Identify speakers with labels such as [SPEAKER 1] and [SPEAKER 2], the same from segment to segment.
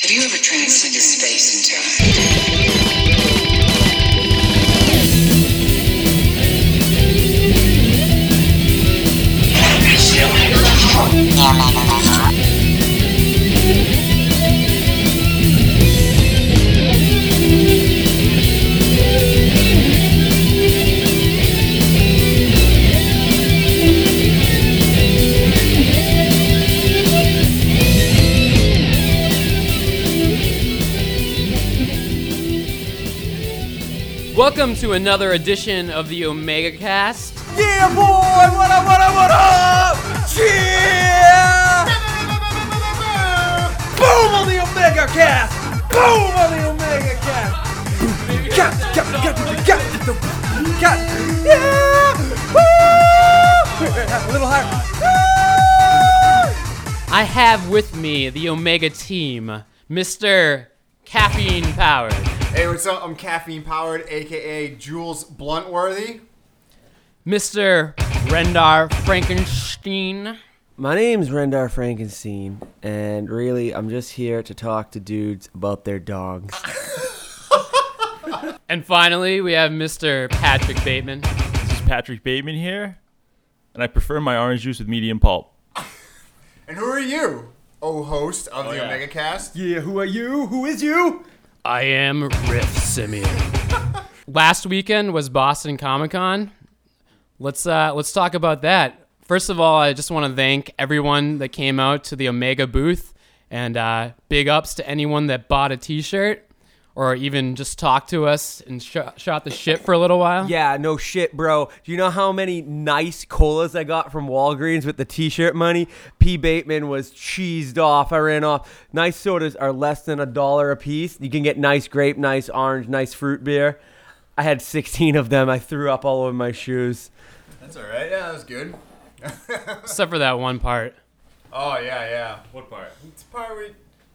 [SPEAKER 1] Have you ever transcended space and time?
[SPEAKER 2] Welcome to another edition of the Omega Cast.
[SPEAKER 3] Yeah, boy! What up, what up, what up? Yeah! Boom on the Omega Cast! Boom on the Omega Cast! Got, got, got, got, got, got, yeah! Woo! A little higher. Woo!
[SPEAKER 2] I have with me the Omega team, Mr. Caffeine Power,
[SPEAKER 4] Hey, what's up? I'm Caffeine Powered, aka Jules Bluntworthy.
[SPEAKER 2] Mr. Rendar Frankenstein,
[SPEAKER 5] My name's Rendar Frankenstein, and really, I'm just here to talk to dudes about their dogs.
[SPEAKER 2] and finally we have Mr. Patrick Bateman.
[SPEAKER 6] This is Patrick Bateman here, and I prefer my orange juice with medium pulp.
[SPEAKER 4] And who are you? Oh, host of the
[SPEAKER 6] yeah.
[SPEAKER 4] Omega Cast.
[SPEAKER 3] Yeah, who are you? Who is you?
[SPEAKER 2] I am Riff Simeon. Last weekend was Boston Comic Con. Let's uh, let's talk about that. First of all, I just want to thank everyone that came out to the Omega booth, and uh, big ups to anyone that bought a T-shirt or even just talked to us and sh- shot the shit for a little while.
[SPEAKER 5] yeah, no shit, bro. Do you know how many nice colas I got from Walgreens with the t shirt money? P. Bateman was cheesed off. I ran off. Nice sodas are less than a dollar a piece. You can get nice grape, nice orange, nice fruit beer. I had 16 of them. I threw up all over my shoes.
[SPEAKER 4] That's all right. Yeah, that was good.
[SPEAKER 2] Except for that one part.
[SPEAKER 4] Oh yeah, yeah.
[SPEAKER 6] What part?
[SPEAKER 4] It's part we.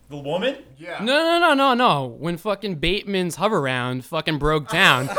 [SPEAKER 6] The woman?
[SPEAKER 4] Yeah.
[SPEAKER 2] No, no, no, no, no. When fucking Bateman's hover round fucking broke down,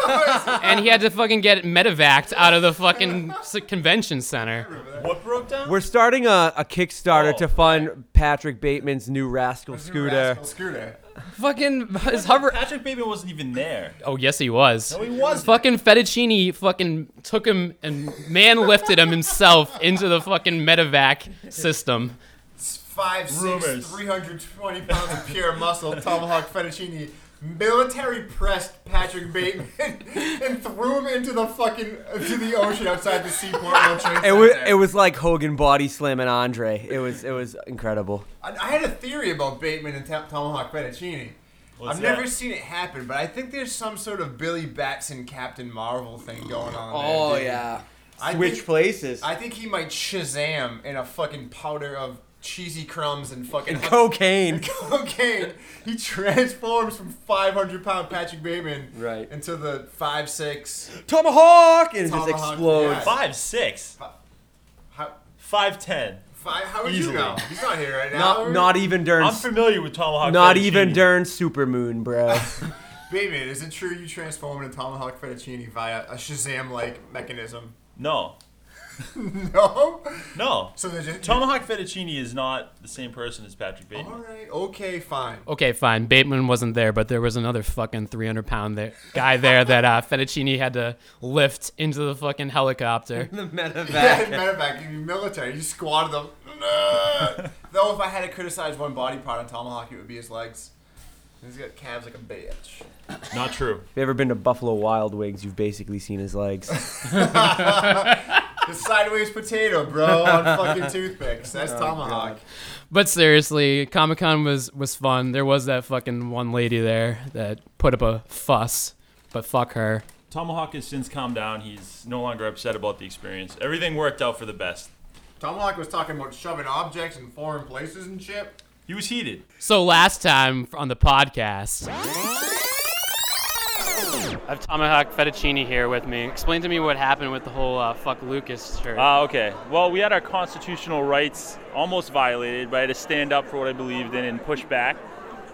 [SPEAKER 2] and he had to fucking get medevaced out of the fucking s- convention center.
[SPEAKER 6] What broke down?
[SPEAKER 5] We're starting a, a Kickstarter
[SPEAKER 6] Oh,
[SPEAKER 5] to fund Patrick Bateman's new Rascal
[SPEAKER 4] New
[SPEAKER 5] Scooter.
[SPEAKER 4] rascal Scooter.
[SPEAKER 2] Fucking his hover.
[SPEAKER 6] Patrick Bateman wasn't even there.
[SPEAKER 2] Oh yes, he was.
[SPEAKER 6] No, he wasn't.
[SPEAKER 2] Fucking fettuccine fucking took him and man lifted him himself into the fucking medevac system.
[SPEAKER 4] It's five, six,
[SPEAKER 6] Rumors.
[SPEAKER 4] 320 pounds of pure muscle, tomahawk fettuccine, military pressed Patrick Bateman, and threw him into the fucking into the ocean outside the seaport. World Trade
[SPEAKER 5] It was
[SPEAKER 4] Center.
[SPEAKER 5] it was like Hogan body slamming Andre. It was it was incredible.
[SPEAKER 4] I, I had a theory about Bateman and Ta- Tomahawk Fettuccine.
[SPEAKER 6] What's
[SPEAKER 4] I've
[SPEAKER 6] that?
[SPEAKER 4] never seen it happen, but I think there's some sort of Billy Batson Captain Marvel thing going on.
[SPEAKER 5] Oh,
[SPEAKER 4] there, dude. I
[SPEAKER 5] Which
[SPEAKER 4] think,
[SPEAKER 5] places?
[SPEAKER 4] I think he might Shazam in a fucking powder of cheesy crumbs and fucking
[SPEAKER 5] Cocaine.
[SPEAKER 4] cocaine. He transforms from 500 pound Patrick Bateman
[SPEAKER 5] Right.
[SPEAKER 4] into the five six.
[SPEAKER 5] Tomahawk and it just
[SPEAKER 4] Tomahawk,
[SPEAKER 5] explodes.
[SPEAKER 4] yeah.
[SPEAKER 6] Five six.
[SPEAKER 4] How,
[SPEAKER 6] Five ten.
[SPEAKER 4] five, how would
[SPEAKER 6] Easily.
[SPEAKER 4] you know? He's not here right now.
[SPEAKER 5] Not not even Dern.
[SPEAKER 6] I'm familiar with Tomahawk.
[SPEAKER 5] Not
[SPEAKER 6] fettuccine.
[SPEAKER 5] even Dern Supermoon, bro.
[SPEAKER 4] Bateman, is it true you transform into Tomahawk Fettuccine via a Shazam like mechanism?
[SPEAKER 6] No,
[SPEAKER 4] No.
[SPEAKER 6] no.
[SPEAKER 4] So they just
[SPEAKER 6] Tomahawk fettuccine is not the same person as Patrick Bateman.
[SPEAKER 4] All right. Okay. Fine.
[SPEAKER 2] Okay, fine. Bateman wasn't there, but there was another fucking 300 pound there, guy there that uh, fettuccine had to lift into the fucking helicopter.
[SPEAKER 5] the
[SPEAKER 4] Yeah,
[SPEAKER 5] medevac.
[SPEAKER 4] matter of fact, you military. You squatted them. Though if I had to criticize one body part on Tomahawk, it would be his legs. He's got calves like a bitch.
[SPEAKER 6] Not true.
[SPEAKER 5] If you ever been to Buffalo Wild Wings, you've basically seen his legs.
[SPEAKER 4] The sideways potato, bro, on fucking toothpicks. That's Tomahawk.
[SPEAKER 2] But seriously, Comic Con was was fun. There was that fucking one lady there that put up a fuss, but fuck her.
[SPEAKER 6] Tomahawk has since calmed down. He's no longer upset about the experience. Everything worked out for the best.
[SPEAKER 4] Tomahawk was talking about shoving objects in foreign places and shit.
[SPEAKER 6] He was heated.
[SPEAKER 2] So last time on the podcast, I have Tomahawk Fettuccine here with me. Explain to me what happened with the whole uh, "fuck Lucas" shirt.
[SPEAKER 6] Ah, okay. Well, we had our constitutional rights almost violated, but I had to stand up for what I believed in and push back.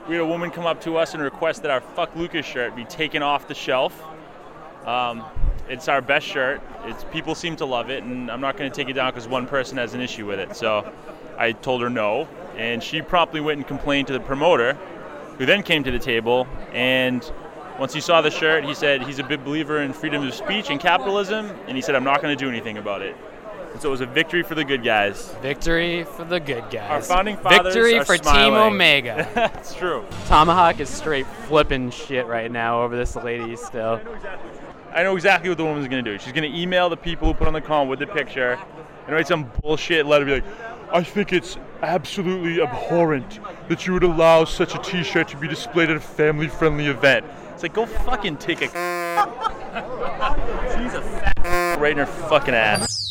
[SPEAKER 6] We had a woman come up to us and request that our Fuck Lucas shirt be taken off the shelf. Um, it's our best shirt. It's, people seem to love it, and I'm not going to take it down because one person has an issue with it. So I told her no, and she promptly went and complained to the promoter, who then came to the table and once he saw the shirt, he said he's a big believer in freedom of speech and capitalism, and he said, I'm not going to do anything about it. And so it was a victory for the good guys.
[SPEAKER 2] Victory for the good guys.
[SPEAKER 6] Our founding fathers
[SPEAKER 2] Victory
[SPEAKER 6] are
[SPEAKER 2] for
[SPEAKER 6] smiling.
[SPEAKER 2] Team Omega.
[SPEAKER 6] That's true.
[SPEAKER 2] Tomahawk is straight flipping shit right now over this lady still.
[SPEAKER 6] I know exactly what the woman's going to do. She's going to email the people who put on the con with the picture and write some bullshit letter be like, I think it's absolutely abhorrent that you would allow such a t shirt to be displayed at a family friendly event. It's like, go fucking take a. She's a fat right in her fucking ass.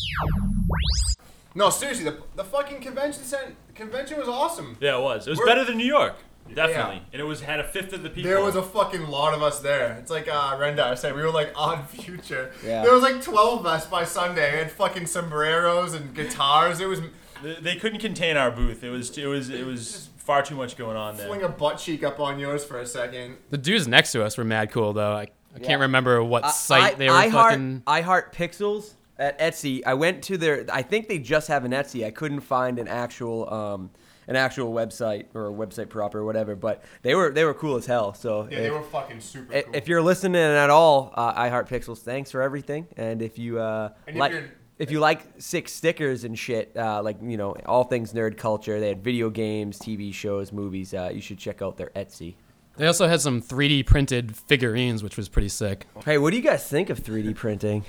[SPEAKER 4] No, seriously, the, the fucking convention cent- convention was awesome.
[SPEAKER 7] Yeah, it was. It was
[SPEAKER 4] We're-
[SPEAKER 7] better than New York. Definitely. And it was had a fifth of the people.
[SPEAKER 4] There was a fucking lot of us there. It's like uh, Rendar said, we were like on future.
[SPEAKER 5] Yeah.
[SPEAKER 4] There was like 12 of us by Sunday. We had fucking sombreros and guitars. It was
[SPEAKER 7] They- they couldn't contain our booth. It was it was it was far too much going on
[SPEAKER 4] pulling
[SPEAKER 7] there.
[SPEAKER 4] a butt cheek up on yours for a second.
[SPEAKER 2] The dudes next to us were mad cool though. I, I
[SPEAKER 5] Yeah.
[SPEAKER 2] can't remember what site
[SPEAKER 5] I,
[SPEAKER 2] they were
[SPEAKER 5] I
[SPEAKER 2] fucking.
[SPEAKER 5] Heart, I Heart Pixels at Etsy. I went to their. I think they just have an Etsy. I couldn't find an actual um, an actual website or a website proper or whatever. But they were they were cool as hell. So
[SPEAKER 4] Yeah,
[SPEAKER 5] if,
[SPEAKER 4] they were fucking super
[SPEAKER 5] i-
[SPEAKER 4] cool.
[SPEAKER 5] if you're listening at all, uh, I Heart Pixels, thanks for everything. And if you uh,
[SPEAKER 4] And if
[SPEAKER 5] like.
[SPEAKER 4] you're-
[SPEAKER 5] If you like sick stickers and shit, uh, like you know all things nerd culture, they had video games, TV shows, movies. Uh, you should check out their Etsy.
[SPEAKER 2] They also had some 3D printed figurines, which was pretty sick.
[SPEAKER 4] Oh.
[SPEAKER 5] Hey, what do you guys think of 3D printing?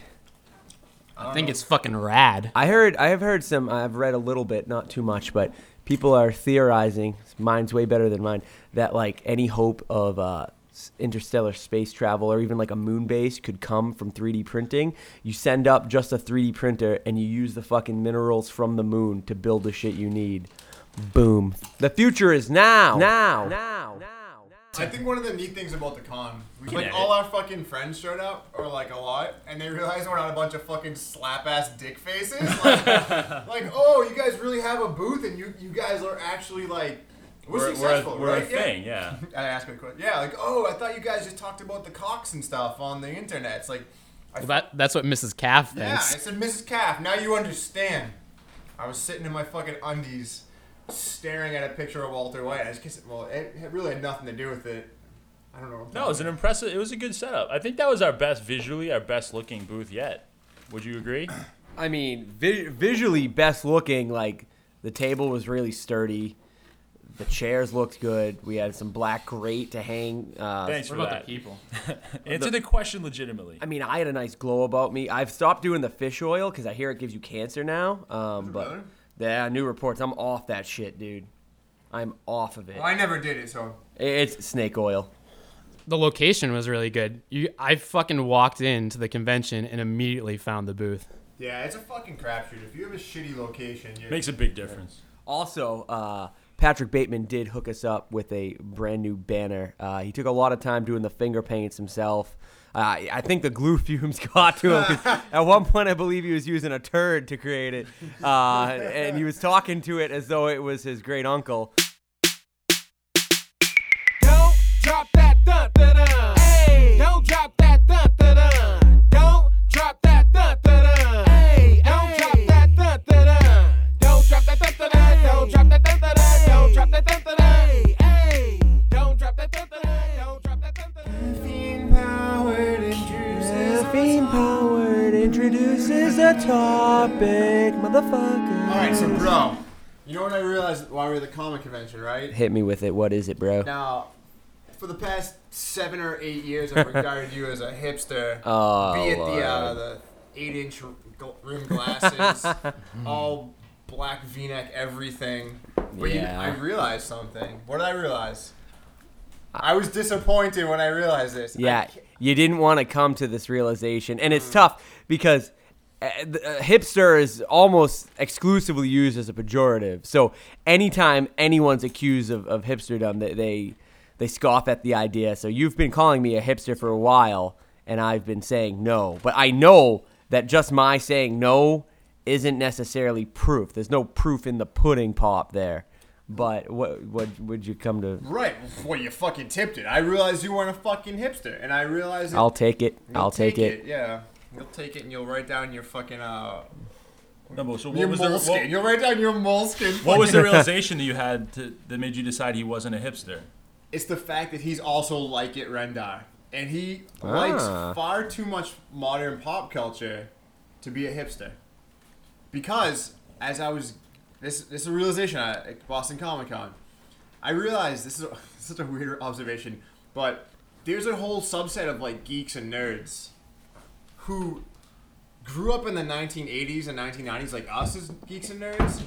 [SPEAKER 2] I think it's fucking rad.
[SPEAKER 5] I heard. I have heard some. I've read a little bit, not too much, but people are theorizing. Mine's way better than mine. That like any hope of uh, s- interstellar space travel or even like a moon base could come from 3D printing. You send up just a 3D printer and you use the fucking minerals from the moon to build the shit you need. Boom. The future is now. Now. Now. Now.
[SPEAKER 4] I think one of the neat things about the con, was like
[SPEAKER 7] edit.
[SPEAKER 4] all our fucking friends showed up, or like a lot, and they realized we're not a bunch of fucking slap ass dick faces. Like, like, oh, you guys really have a booth, and you you guys are actually like. We're,
[SPEAKER 7] We're, we're, a,
[SPEAKER 4] successful,
[SPEAKER 7] we're
[SPEAKER 4] right?
[SPEAKER 7] a thing, yeah.
[SPEAKER 4] I asked me a question. Yeah, like, oh, I thought you guys just talked about the cocks and stuff on the internet. It's like, I
[SPEAKER 2] Well, that that's what Mrs. Calf
[SPEAKER 4] yeah, I
[SPEAKER 2] thinks.
[SPEAKER 4] said, Mrs. Calf, now you understand. I was sitting in my fucking undies, staring at a picture of Walter White. I just kissed it. Well, it, it really had nothing to do with it. I don't know.
[SPEAKER 7] No, it was an impressive. It was a good setup. I think that was our best visually, our best looking booth yet. Would you agree?
[SPEAKER 5] I mean, vi- visually best looking. Like the table was really sturdy. The chairs looked good. We had some black grate to hang. Uh,
[SPEAKER 7] Thanks for that.
[SPEAKER 2] people?
[SPEAKER 7] Answer the question legitimately.
[SPEAKER 5] I mean, I had a nice glow about me. I've stopped doing the fish oil because I hear it gives you cancer now. Um, but
[SPEAKER 4] really?
[SPEAKER 5] yeah, new reports. I'm off that shit, dude. I'm off of it.
[SPEAKER 4] Well, I never did it, so.
[SPEAKER 5] It's snake oil.
[SPEAKER 2] The location was really good. You, I fucking walked into the convention and immediately found the booth.
[SPEAKER 4] Yeah, it's a fucking crapshoot. If you have a shitty location, you're.
[SPEAKER 7] Makes a big difference.
[SPEAKER 5] Also, uh, Patrick Bateman did hook us up with a brand new banner. Uh, he took a lot of time doing the finger paints himself. Uh, I think the glue fumes got to him. 'cause at one point, I believe he was using a turd to create it, uh, and he was talking to it as though it was his great uncle.
[SPEAKER 8] Don't drop that dun dun dun. Hey. Don't drop that dun dun dun. Don't drop that dun dun dun. Hey. Don't drop that dun dun dun. Don't drop that dun dun dun. Don't drop that dun dun dun. Don't drop that dun dun dun. Hey. Don't drop that dun dun dun. Don't drop that dun dun dun.
[SPEAKER 5] Caffeine powered introduces a topic, motherfucker.
[SPEAKER 4] Alright, so, bro. You know what I realized while we were at the comic convention, right?
[SPEAKER 5] Hit me with it. What is it, bro?
[SPEAKER 4] Now, for the past seven or eight years, I've regarded you as a hipster.
[SPEAKER 5] Oh,
[SPEAKER 4] be it
[SPEAKER 5] Lord.
[SPEAKER 4] the, uh, the eight-inch gl- rim glasses, all black V-neck, everything. But you-
[SPEAKER 5] Yeah.
[SPEAKER 4] I realized something. What did I realize? I was disappointed when I realized this. I
[SPEAKER 5] Uh, Yeah,
[SPEAKER 4] ca-
[SPEAKER 5] you didn't want to come to this realization, and it's tough because uh, the, uh, hipster is almost exclusively used as a pejorative. So anytime anyone's accused of, of hipsterdom, they, they they scoff at the idea. So you've been calling me a hipster for a while, and I've been saying no, but I know that just my saying no isn't necessarily proof. There's no proof in the pudding pop there. But what what would you come to?
[SPEAKER 4] Right. Well, you fucking tipped it. I realized you weren't a fucking hipster, and I realized. that-
[SPEAKER 5] I'll take it.
[SPEAKER 4] You'll
[SPEAKER 5] I'll take, it.
[SPEAKER 4] Yeah. You'll take it and you'll write down your fucking uh
[SPEAKER 7] No, but so what
[SPEAKER 4] your
[SPEAKER 7] was the
[SPEAKER 4] moleskin.
[SPEAKER 7] what,
[SPEAKER 4] You'll write down your moleskin.
[SPEAKER 7] what was the realization that you had to, that made you decide he wasn't a hipster?
[SPEAKER 4] It's the fact that he's also like it Rendar, and he likes
[SPEAKER 5] Ah.
[SPEAKER 4] far too much modern pop culture to be a hipster. Because as I was, this this is a realization I- at Boston Comic Con, I realized this is a, such a weird observation, but there's a whole subset of like geeks and nerds who grew up in the 1980s and 1990s like us as geeks and nerds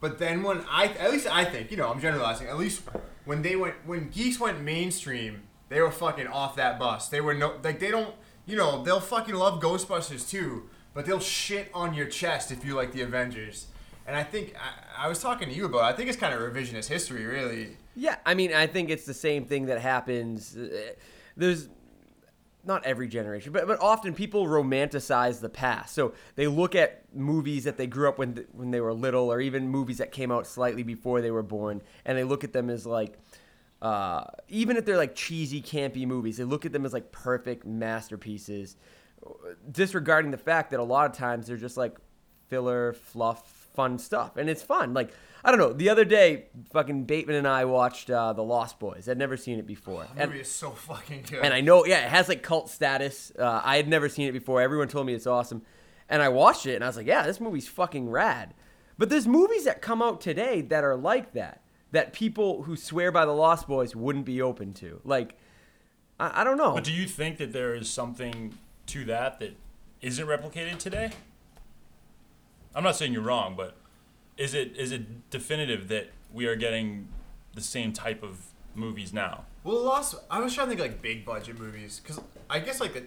[SPEAKER 4] but then when i at least i think you know i'm generalizing at least when they went when geeks went mainstream they were fucking off that bus they were no like they don't you know they'll fucking love ghostbusters too but they'll shit on your chest if you like the avengers and i think i, I was talking to you about it. i think it's kind of revisionist history really
[SPEAKER 5] Yeah, I mean, I think it's the same thing that happens. uh, There's not every generation, but but often people romanticize the past. So they look at movies that they grew up when th- when they were little, or even movies that came out slightly before they were born, and they look at them as like. Uh, even if they're like cheesy, campy movies, they look at them as like perfect masterpieces, disregarding the fact that a lot of times they're just like filler, fluff, fun stuff, and it's fun. Like I don't know. The other day, fucking Bateman and I watched uh, The Lost Boys. I'd never seen it before,
[SPEAKER 4] that
[SPEAKER 5] and
[SPEAKER 4] movie is so fucking good
[SPEAKER 5] and I know, yeah, it has like cult status. Uh, I had never seen it before. Everyone told me it's awesome, and I watched it, and I was like, yeah, this movie's fucking rad. But there's movies that come out today that are like that, that people who swear by the Lost Boys wouldn't be open to. Like, I, I don't know.
[SPEAKER 7] But do you think that there is something to that that isn't replicated today? I'm not saying you're wrong, but is it is it definitive that we are getting the same type of movies now?
[SPEAKER 4] Well, Lost. I was trying to think like big budget movies because I guess like the.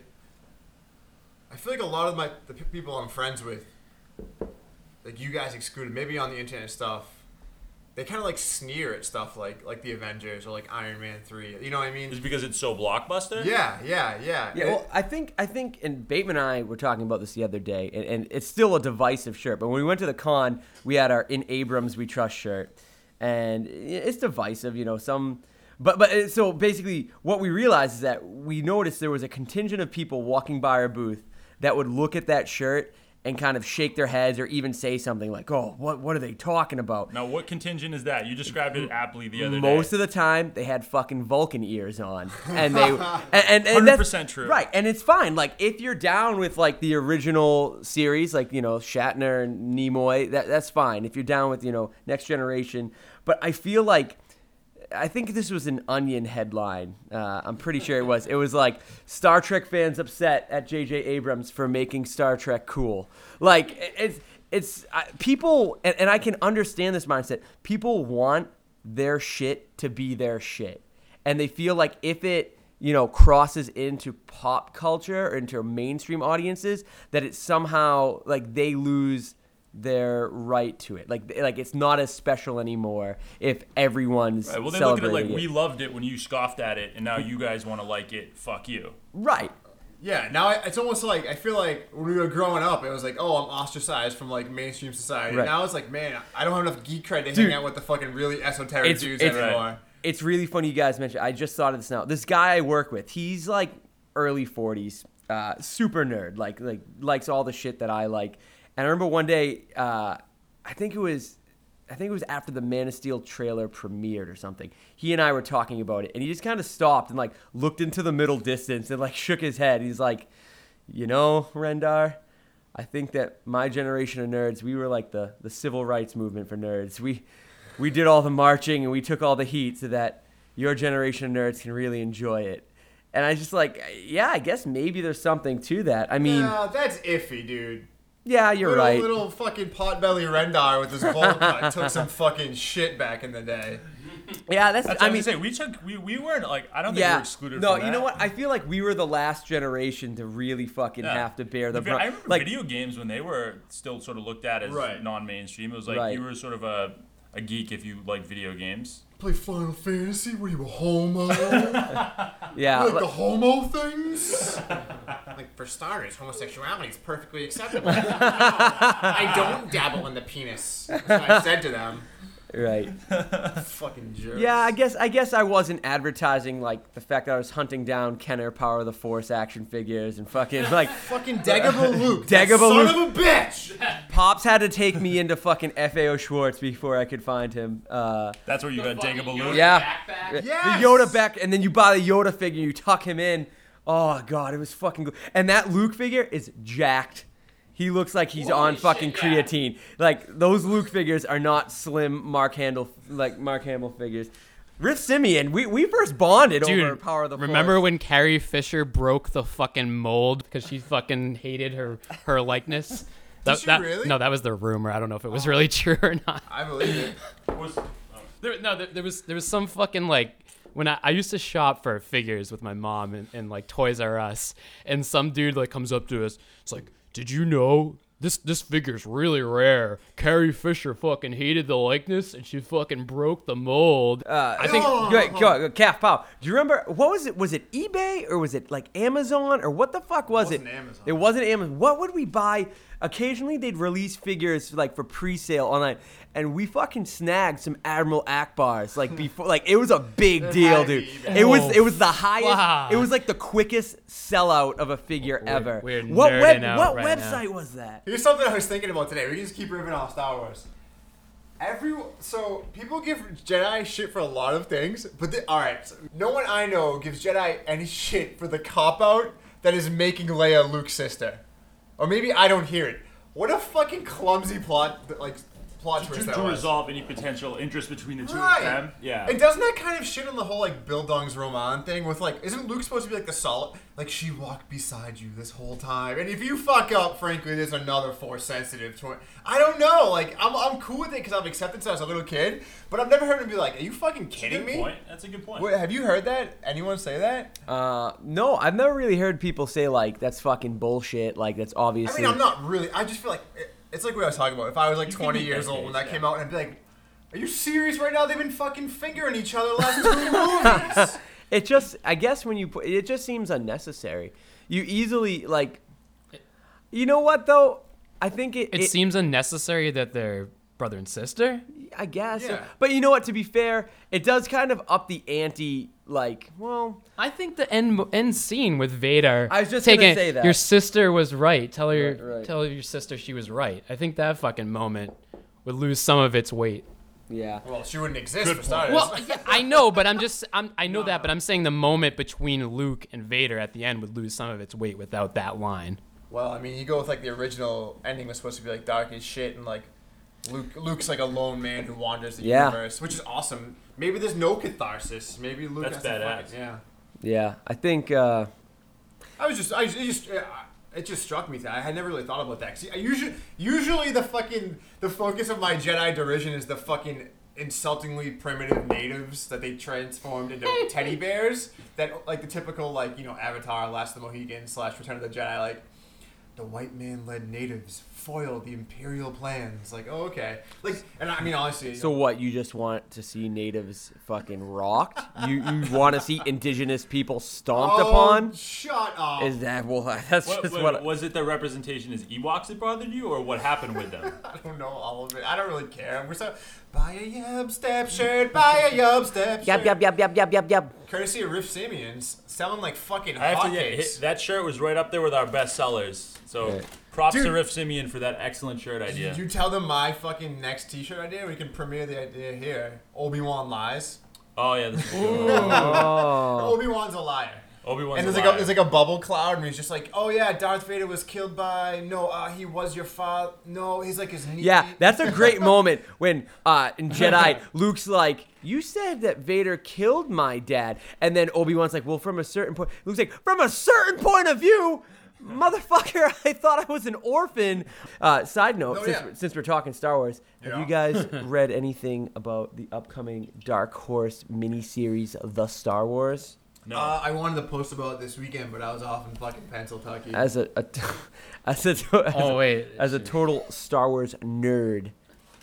[SPEAKER 4] I feel like a lot of my the pe- people I'm friends with, like you guys excluded, maybe on the internet and stuff, they kind of like sneer at stuff like like the Avengers or like Iron Man three. You know what I
[SPEAKER 7] Is
[SPEAKER 4] mean?
[SPEAKER 7] it because it's so blockbuster?
[SPEAKER 4] Yeah, yeah, yeah.
[SPEAKER 5] Yeah, well, I think I think, and Bateman and I were talking about this the other day, and, and it's still a divisive shirt. But when we went to the con, we had our "In Abrams We Trust" shirt, and i- it's divisive, you know. Some, but but uh, so basically, what we realized is that we noticed there was a contingent of people walking by our booth that would look at that shirt and kind of shake their heads or even say something like, "Oh, what what are they talking about?"
[SPEAKER 7] Now, what contingent is that? You described it aptly the other day.
[SPEAKER 5] most of the time they had fucking vulcan ears on and they and, and, and that's-
[SPEAKER 7] 100% true.
[SPEAKER 5] right and it's fine like if you're down with like the original series like you know shatner and nimoy that, that's fine if you're down with you know next generation but i feel like I think this was an Onion headline. Uh, I'm pretty sure it was. It was like Star Trek fans upset at J.J. Abrams for making Star Trek cool. Like it's it's I, people, and, and I can understand this mindset. People want their shit to be their shit, and they feel like if it you know crosses into pop culture or into mainstream audiences, that it somehow like they lose their right to it. Like like it's not as special anymore if everyone's
[SPEAKER 7] Right, well, they look at it
[SPEAKER 5] celebrating
[SPEAKER 7] like
[SPEAKER 5] it.
[SPEAKER 7] we loved it when you scoffed at it, and now you guys want to like it. Fuck you.
[SPEAKER 5] right.
[SPEAKER 4] Yeah, now I, it's almost like I feel like when we were growing up, it was like, oh, I'm ostracized from like mainstream society.
[SPEAKER 5] Right.
[SPEAKER 4] Now it's like, man, I don't have enough geek cred to
[SPEAKER 5] Dude.
[SPEAKER 4] hang out with the fucking really esoteric
[SPEAKER 5] It's
[SPEAKER 4] dudes
[SPEAKER 5] it's,
[SPEAKER 4] anymore.
[SPEAKER 5] it's really funny you guys mentioned. I just thought of this now. This guy I work with, he's like early 40s, uh, super nerd, like like likes all the shit that I like. And I remember one day, uh, I think it was I think it was after the Man of Steel trailer premiered or something. He and I were talking about it, and he just kind of stopped and like looked into the middle distance and like shook his head. He's like, "You know, Rendar, I think that my generation of nerds, we were like the the civil rights movement for nerds. We we did all the marching and we took all the heat so that your generation of nerds can really enjoy it." And I just like, yeah, I guess maybe there's something to that. I mean, yeah,
[SPEAKER 4] Nah, that's iffy, dude.
[SPEAKER 5] you're
[SPEAKER 4] little,
[SPEAKER 5] right.
[SPEAKER 4] little fucking potbelly Rendar with his bowl cut took some fucking shit back in the day.
[SPEAKER 5] yeah, that's,
[SPEAKER 7] That's
[SPEAKER 5] I
[SPEAKER 7] what
[SPEAKER 5] mean,
[SPEAKER 7] I'm saying. We took. We, we weren't like. I don't think we
[SPEAKER 5] yeah.
[SPEAKER 7] were excluded.
[SPEAKER 5] no,
[SPEAKER 7] from
[SPEAKER 5] you
[SPEAKER 7] that.
[SPEAKER 5] know what? I feel like we were the last generation to really fucking
[SPEAKER 7] Yeah.
[SPEAKER 5] have to bear the
[SPEAKER 7] Even- I
[SPEAKER 5] brunt.
[SPEAKER 7] remember
[SPEAKER 5] Like,
[SPEAKER 7] video games when they were still sort of looked at as
[SPEAKER 4] Right.
[SPEAKER 7] non-mainstream. It was like
[SPEAKER 5] Right.
[SPEAKER 7] you were sort of a, a geek if you liked video games.
[SPEAKER 4] Play Final Fantasy? Were you a homo? like
[SPEAKER 5] yeah,
[SPEAKER 4] the
[SPEAKER 5] like,
[SPEAKER 4] homo things? like, for starters, homosexuality is perfectly acceptable. I don't dabble in the penis. That's what I said to them.
[SPEAKER 5] right.
[SPEAKER 4] Fucking jerks.
[SPEAKER 5] Yeah, I guess I guess I wasn't advertising like the fact that I was hunting down Kenner Power of the Force action figures and fucking like
[SPEAKER 4] Fucking Dagobah Luke. that
[SPEAKER 5] Dagobah
[SPEAKER 4] son
[SPEAKER 5] Luke.
[SPEAKER 4] of a bitch!
[SPEAKER 5] Pops had to take me into fucking FAO Schwartz before I could find him. Uh,
[SPEAKER 7] That's where you gotta take a balloon.
[SPEAKER 5] yeah.
[SPEAKER 2] Backpack.
[SPEAKER 5] The Yoda back, and then you buy the Yoda figure, you tuck him in. Oh god, it was fucking good. And that Luke figure is jacked. He looks like he's on fucking creatine. Like those Luke figures are not slim Mark Handle like Mark Hamill figures. Riff Simeon, we, we first bonded over
[SPEAKER 2] Dude,
[SPEAKER 5] Power of the
[SPEAKER 2] remember
[SPEAKER 5] Force.
[SPEAKER 2] when Carrie Fisher broke the fucking mold because she fucking hated her her likeness? That,
[SPEAKER 4] she
[SPEAKER 2] that-
[SPEAKER 4] really?
[SPEAKER 2] No, that was the rumor. I don't know if it was really true or not.
[SPEAKER 4] I believe it.
[SPEAKER 2] There, no, there, there was there was some fucking like when I, I used to shop for figures with my mom and, and like Toys R Us, and some dude like comes up to us. It's like, did you know this this figure's really rare? Carrie Fisher fucking hated the likeness and she fucking broke the mold. Uh, I think
[SPEAKER 5] Good, good, good. Calf Pow. Do you remember what was it? Was it eBay or was it like Amazon or what the fuck was it?
[SPEAKER 4] wasn't Amazon.
[SPEAKER 5] It wasn't Amazon. What would we buy? Occasionally they'd release figures like for pre-sale online, and we fucking snagged some Admiral Akbars like before. like it was a big deal,
[SPEAKER 4] had to
[SPEAKER 5] dude.
[SPEAKER 4] be eBay.
[SPEAKER 5] It was
[SPEAKER 2] Oh,
[SPEAKER 5] it was the highest.
[SPEAKER 2] fuck.
[SPEAKER 5] It was like the quickest sellout of a figure ever.
[SPEAKER 2] we're
[SPEAKER 5] what
[SPEAKER 2] nerding out
[SPEAKER 5] what
[SPEAKER 2] right now.
[SPEAKER 5] website was that?
[SPEAKER 4] Here's something I was thinking about today. We can just keep ripping off Star Wars. Every so people give Jedi shit for a lot of things, but the, all right, so no one I know gives Jedi any shit for the cop out that is making Leia Luke's sister, or maybe I don't hear it. What a fucking clumsy plot, like plot
[SPEAKER 6] To,
[SPEAKER 4] twist that
[SPEAKER 6] to
[SPEAKER 4] was.
[SPEAKER 6] resolve any potential interest between the two
[SPEAKER 4] Right.
[SPEAKER 6] of them. Yeah.
[SPEAKER 4] And doesn't that kind of shit on the whole like Bildung's Roman thing with like, isn't Luke supposed to be like the solid? Like she walked beside you this whole time, and if you fuck up, frankly, there's another force sensitive to it. I don't know. Like I'm, I'm cool with it because I've accepted since I was a little kid, but I've never heard him be like, "Are you fucking kidding
[SPEAKER 6] Good
[SPEAKER 4] me?"
[SPEAKER 6] point. That's a good point.
[SPEAKER 4] Wait, have you heard that? Anyone say that?
[SPEAKER 5] Uh, no, I've never really heard people say like that's fucking bullshit. Like that's
[SPEAKER 4] I
[SPEAKER 5] obviously.
[SPEAKER 4] mean, I'm not really. I just feel like it, it's like what I was talking about. If I was like
[SPEAKER 6] You can
[SPEAKER 4] 20
[SPEAKER 6] be
[SPEAKER 4] years old
[SPEAKER 6] engaged,
[SPEAKER 4] when that
[SPEAKER 6] yeah.
[SPEAKER 4] came out, and I'd be like, "Are you serious right now? They've been fucking fingering each other the last two movies."
[SPEAKER 5] It just, I guess, when you put it, just seems unnecessary. You easily like, you know what though? I think it.
[SPEAKER 2] it,
[SPEAKER 5] it-
[SPEAKER 2] seems unnecessary that they're brother and sister.
[SPEAKER 5] I guess.
[SPEAKER 4] Yeah.
[SPEAKER 5] But you know what? To be fair, it does kind of up the ante. Like, well,
[SPEAKER 2] I think the end end scene with Vader.
[SPEAKER 5] I was just gonna
[SPEAKER 2] taking it,
[SPEAKER 5] say that.
[SPEAKER 2] your sister was right. Tell her
[SPEAKER 5] Right, right.
[SPEAKER 2] tell your sister she was right. I think that fucking moment would lose some of its weight.
[SPEAKER 5] yeah.
[SPEAKER 4] well, she wouldn't exist for starters.
[SPEAKER 2] Well, yeah, I know, but I'm just I'm, I know that, but I'm saying the moment between Luke and Vader at the end would lose some of its weight without that line.
[SPEAKER 4] Well, I mean, you go with like the original ending was supposed to be like dark as shit, and like Luke, Luke's like a lone man who wanders the
[SPEAKER 5] Yeah.
[SPEAKER 4] universe, which is awesome. Maybe there's no catharsis. Maybe Luke
[SPEAKER 7] That's
[SPEAKER 4] has to fuck
[SPEAKER 7] badass.
[SPEAKER 4] it. Yeah.
[SPEAKER 5] Yeah. I think. uh
[SPEAKER 4] I was just, I just, it just, uh, it just struck me that I had never really thought about that. 'Cause I usually, usually the fucking the focus of my Jedi derision is the fucking insultingly primitive natives that they transformed into teddy bears. That like the typical like you know Avatar, Last of the Mohicans slash Return of the Jedi like. The white man led natives foil the imperial plans. Like, oh, okay. Like, and I mean, honestly. oh,
[SPEAKER 5] So what? You just want to see natives fucking rocked? You you want to see indigenous people stomped
[SPEAKER 4] oh,
[SPEAKER 5] upon?
[SPEAKER 4] Shut up.
[SPEAKER 5] Is that well? That's
[SPEAKER 7] What-
[SPEAKER 5] just
[SPEAKER 7] wait,
[SPEAKER 5] what.
[SPEAKER 7] was it the representation as Ewoks that bothered you, or what happened with them?
[SPEAKER 4] I don't know all of it. I don't really care. We're so. Buy a Yub Step shirt. Buy a Yub Step shirt.
[SPEAKER 5] Yep, yep, yep, yep, yep, yep, yep.
[SPEAKER 4] courtesy of Riff Samians, selling like fucking
[SPEAKER 7] I have to yeah, hit,
[SPEAKER 4] hotcakes.
[SPEAKER 7] that shirt was right up there with our best sellers. So props to
[SPEAKER 4] Dude.
[SPEAKER 7] Riff Simeon for that excellent shirt idea.
[SPEAKER 4] You tell them my fucking next T-shirt idea. We can premiere the idea here. Obi Wan lies.
[SPEAKER 7] oh yeah, this is a good one.
[SPEAKER 5] Oh.
[SPEAKER 4] Obi Wan's a liar.
[SPEAKER 7] Obi Wan's
[SPEAKER 4] And there's like a there's like a bubble cloud, and he's just like, oh yeah, Darth Vader was killed by no, uh, he was your father. No, he's like his niece.
[SPEAKER 5] Yeah, that's a great moment when uh, in Jedi, Luke's like, "You said that Vader killed my dad," and then Obi Wan's like, "Well, from a certain point," Luke's like, "From a certain point of view." Motherfucker, I thought I was an orphan. Uh, side note,
[SPEAKER 4] Oh,
[SPEAKER 5] since,
[SPEAKER 4] yeah.
[SPEAKER 5] since we're talking Star Wars, have
[SPEAKER 4] Yeah.
[SPEAKER 5] you guys read anything about the upcoming Dark Horse miniseries, The Star Wars?
[SPEAKER 7] no.
[SPEAKER 4] Uh, I wanted to post about it this weekend, but I was off in fucking Pennsylvania.
[SPEAKER 5] As a, a as a, as a
[SPEAKER 2] Oh wait,
[SPEAKER 5] As a total Star Wars nerd,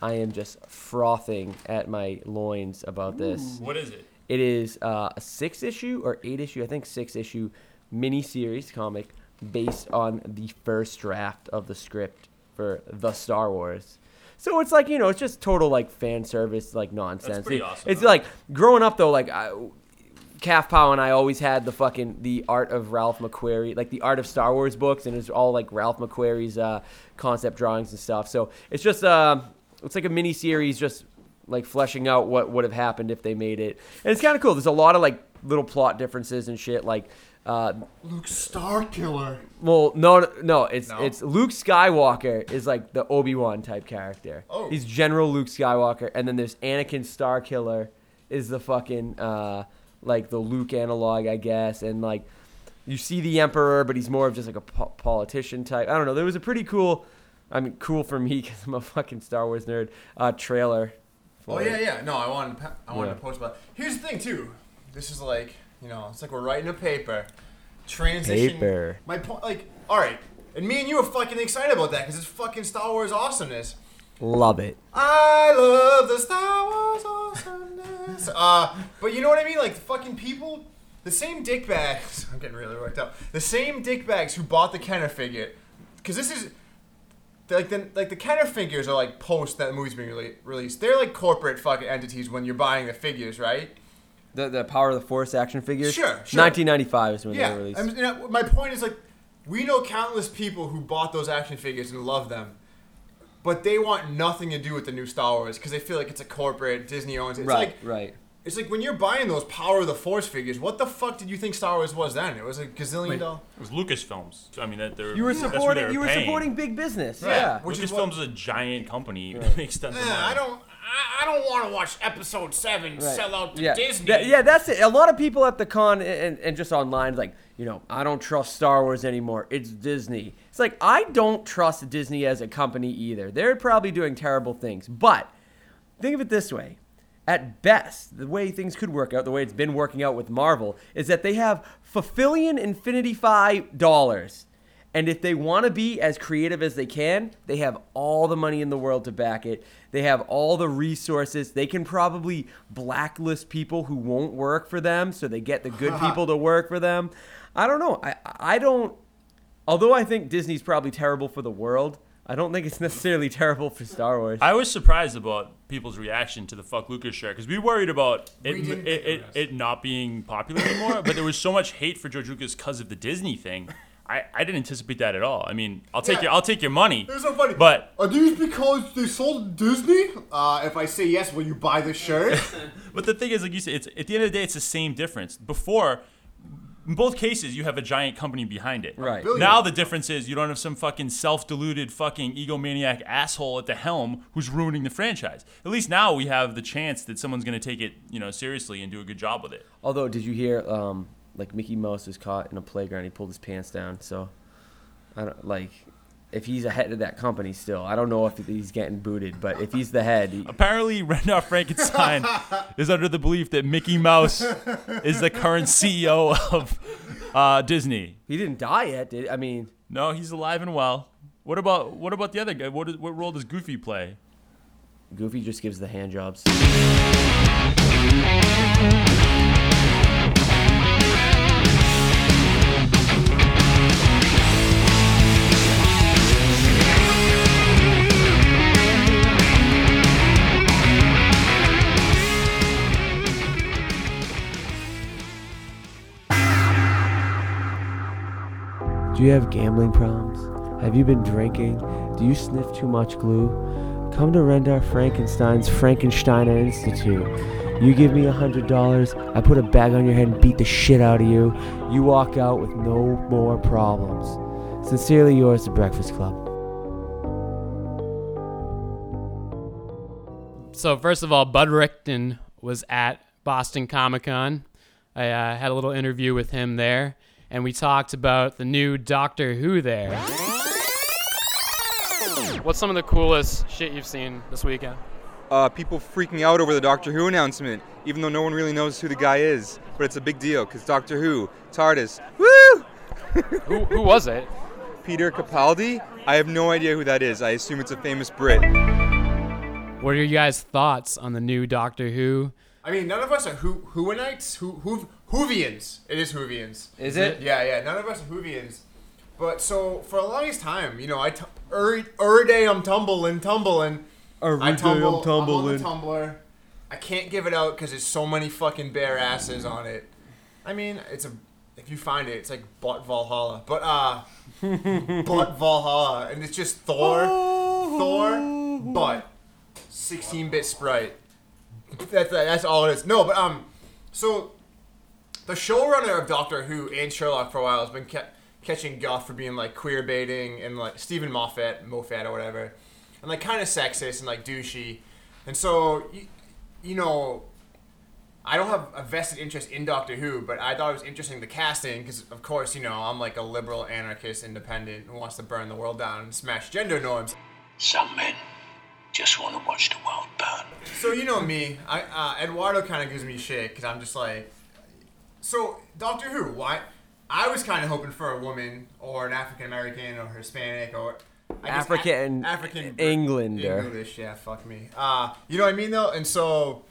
[SPEAKER 5] I am just frothing at my loins about this.
[SPEAKER 7] what is it?
[SPEAKER 5] It is uh, a six issue or eight issue, I think six issue miniseries comic based on the first draft of the script for the Star Wars. So it's like you know, it's just total like fan service, like nonsense.
[SPEAKER 7] pretty
[SPEAKER 5] It-
[SPEAKER 7] awesome,
[SPEAKER 5] it's
[SPEAKER 7] though.
[SPEAKER 5] like growing up though, like I, Calf Pow and I always had the fucking the art of Ralph McQuarrie, like the art of Star Wars books, and it's all like Ralph McQuarrie's uh, concept drawings and stuff. So it's just uh, it's like a mini series, just like fleshing out what would have happened if they made it. And it's kind of cool. There's a lot of like little plot differences and shit. Like, uh,
[SPEAKER 4] Luke Star Killer.
[SPEAKER 5] well, no, no, it's
[SPEAKER 4] No?
[SPEAKER 5] it's Luke Skywalker is like the Obi Wan type character.
[SPEAKER 4] Oh.
[SPEAKER 5] he's General Luke Skywalker, and then there's Anakin Starkiller is the fucking uh, like the Luke analog, I guess, and like you see the Emperor, but he's more of just like a po- politician type. I don't know. There was a pretty cool, I mean, cool for me because I'm a fucking Star Wars nerd. Uh, trailer.
[SPEAKER 4] Oh
[SPEAKER 5] for it.
[SPEAKER 4] yeah, yeah. No, I wanted to, pa- I wanted
[SPEAKER 5] Yeah.
[SPEAKER 4] to post about. Here's the thing too. This is like you know, it's like we're writing a paper. Transition.
[SPEAKER 5] Paper.
[SPEAKER 4] My point, like, all right, and me and you are fucking excited about that because it's fucking Star Wars awesomeness.
[SPEAKER 5] Love it.
[SPEAKER 4] I love the Star Wars awesomeness. Uh, but you know what I mean? Like fucking people, the same dickbags. I'm getting really worked up. The same dickbags who bought the Kenner figure, because this is. Like the, like the Kenner figures are like post that movie's being rele- released. They're like corporate fucking entities when you're buying the figures, right?
[SPEAKER 5] The, the Power of the Force action figures.
[SPEAKER 4] Sure, sure.
[SPEAKER 5] 1995 is when they
[SPEAKER 4] Yeah.
[SPEAKER 5] were released.
[SPEAKER 4] I mean, you know, my point is like, we know countless people who bought those action figures and love them, but they want nothing to do with the new Star Wars because they feel like it's a corporate Disney owns. it. It's
[SPEAKER 5] right,
[SPEAKER 4] like
[SPEAKER 5] right.
[SPEAKER 4] It's like when you're buying those Power of the Force figures, what the fuck did you think Star Wars was then? It was a gazillion dollar.
[SPEAKER 7] It was Lucasfilms. I mean, that they're
[SPEAKER 5] You were
[SPEAKER 7] that's what they
[SPEAKER 5] supporting. You were
[SPEAKER 7] paying.
[SPEAKER 5] supporting big business.
[SPEAKER 4] Right.
[SPEAKER 5] Yeah.
[SPEAKER 4] Which is
[SPEAKER 7] Lucasfilms
[SPEAKER 4] what-
[SPEAKER 7] is a giant company. that makes tons of
[SPEAKER 4] Yeah,
[SPEAKER 7] money.
[SPEAKER 4] I don't. I, I don't want to watch Episode Seven sell out to
[SPEAKER 5] yeah.
[SPEAKER 4] Disney.
[SPEAKER 5] That- yeah, that's it. A lot of people at the con and, and just online, like, you know, I don't trust Star Wars anymore. It's Disney. It's like, I don't trust Disney as a company either. They're probably doing terrible things. But think of it this way at best, the way things could work out, the way it's been working out with Marvel, is that they have fulfilling Infinity Five dollars. And if they want to be as creative as they can, they have all the money in the world to back it. They have all the resources. They can probably blacklist people who won't work for them so they get the good people to work for them. I don't know. I, I don't. Although I think Disney's probably terrible for the world, I don't think it's necessarily terrible for Star Wars.
[SPEAKER 7] I was surprised about people's reaction to the fuck Lucas shirt because we worried about it,
[SPEAKER 4] didn't
[SPEAKER 7] it, it, it not being popular anymore, but there was so much hate for George Lucas because of the Disney thing. I, I didn't anticipate that at all. I mean, I'll take
[SPEAKER 4] Yeah.
[SPEAKER 7] your I'll take your money.
[SPEAKER 4] It was so funny.
[SPEAKER 7] But
[SPEAKER 4] are these because they sold to Disney? Uh, if I say yes, will you buy the shirt?
[SPEAKER 7] but the thing is, like you said, it's at the end of the day, it's the same difference. Before, in both cases, you have a giant company behind it.
[SPEAKER 5] Right.
[SPEAKER 4] Billion.
[SPEAKER 7] Now the difference is you don't have some fucking self-deluded fucking egomaniac asshole at the helm who's ruining the franchise. At least now we have the chance that someone's going to take it, you know, seriously and do a good job with it.
[SPEAKER 5] Although, did you hear? Um, like Mickey Mouse was caught in a playground. He pulled his pants down. So, I don't like if he's a head of that company still. I don't know if he's getting booted, but if he's the head, he,
[SPEAKER 7] Apparently, Randolph Frankenstein is under the belief that Mickey Mouse is the current CEO of uh, Disney.
[SPEAKER 5] he didn't die yet. Did I mean?
[SPEAKER 7] No, he's alive and well. What about what about the other guy? What, is, what role does Goofy play?
[SPEAKER 5] Goofy just gives the hand jobs. Do you have gambling problems? Have you been drinking? Do you sniff too much glue? Come to Rendar Frankenstein's Frankensteiner Institute. You give me $100, I put a bag on your head and beat the shit out of you. You walk out with no more problems. Sincerely yours, The Breakfast Club.
[SPEAKER 2] So first of all, Bud Rickton was at Boston Comic Con. I uh, had a little interview with him there, and we talked about the new Doctor Who there. What's some of the coolest shit you've seen this weekend?
[SPEAKER 9] uh, people freaking out over the Doctor Who announcement, even though no one really knows who the guy is. But it's a big deal because Doctor Who, TARDIS, woo!
[SPEAKER 2] Who, who was it?
[SPEAKER 9] Peter Capaldi? I have no idea who that is. I assume it's a famous Brit.
[SPEAKER 2] What are you guys' thoughts on the new Doctor Who?
[SPEAKER 4] I mean, none of us are who Whoanites, who who Hoovians. It is Hoovians.
[SPEAKER 5] Is it?
[SPEAKER 4] Yeah, yeah. None of us are Hoovians. But so for the longest time, you know, I t- every, every day I'm tumbling, tumbling. I tumble, I'm on the Tumblr. I can't give it out because there's so many fucking bare asses on it. I mean, it's a if you find it, it's like butt Valhalla, but uh, butt Valhalla, and it's just Thor,
[SPEAKER 5] Oh.
[SPEAKER 4] Thor, butt, sixteen bit sprite. That's that's all it is. No, but um, so the showrunner of Doctor Who and Sherlock for a while has been ca- catching guff for being like queer baiting and like Stephen Moffat, Moffat or whatever, and like kind of sexist and like douchey, and so you, you know I don't have a vested interest in Doctor Who, but I thought it was interesting the casting because, of course, you know I'm like a liberal anarchist, independent who wants to burn the world down and smash gender norms.
[SPEAKER 1] Some men just want to watch the world burn.
[SPEAKER 4] So you know me, I, uh, Eduardo kind of gives me shit because I'm just like, so Doctor Who, why? I was kind of hoping for a woman or an African American or Hispanic or I guess
[SPEAKER 5] African- Englander.
[SPEAKER 4] English, yeah, fuck me. Uh, you know what I mean though, and so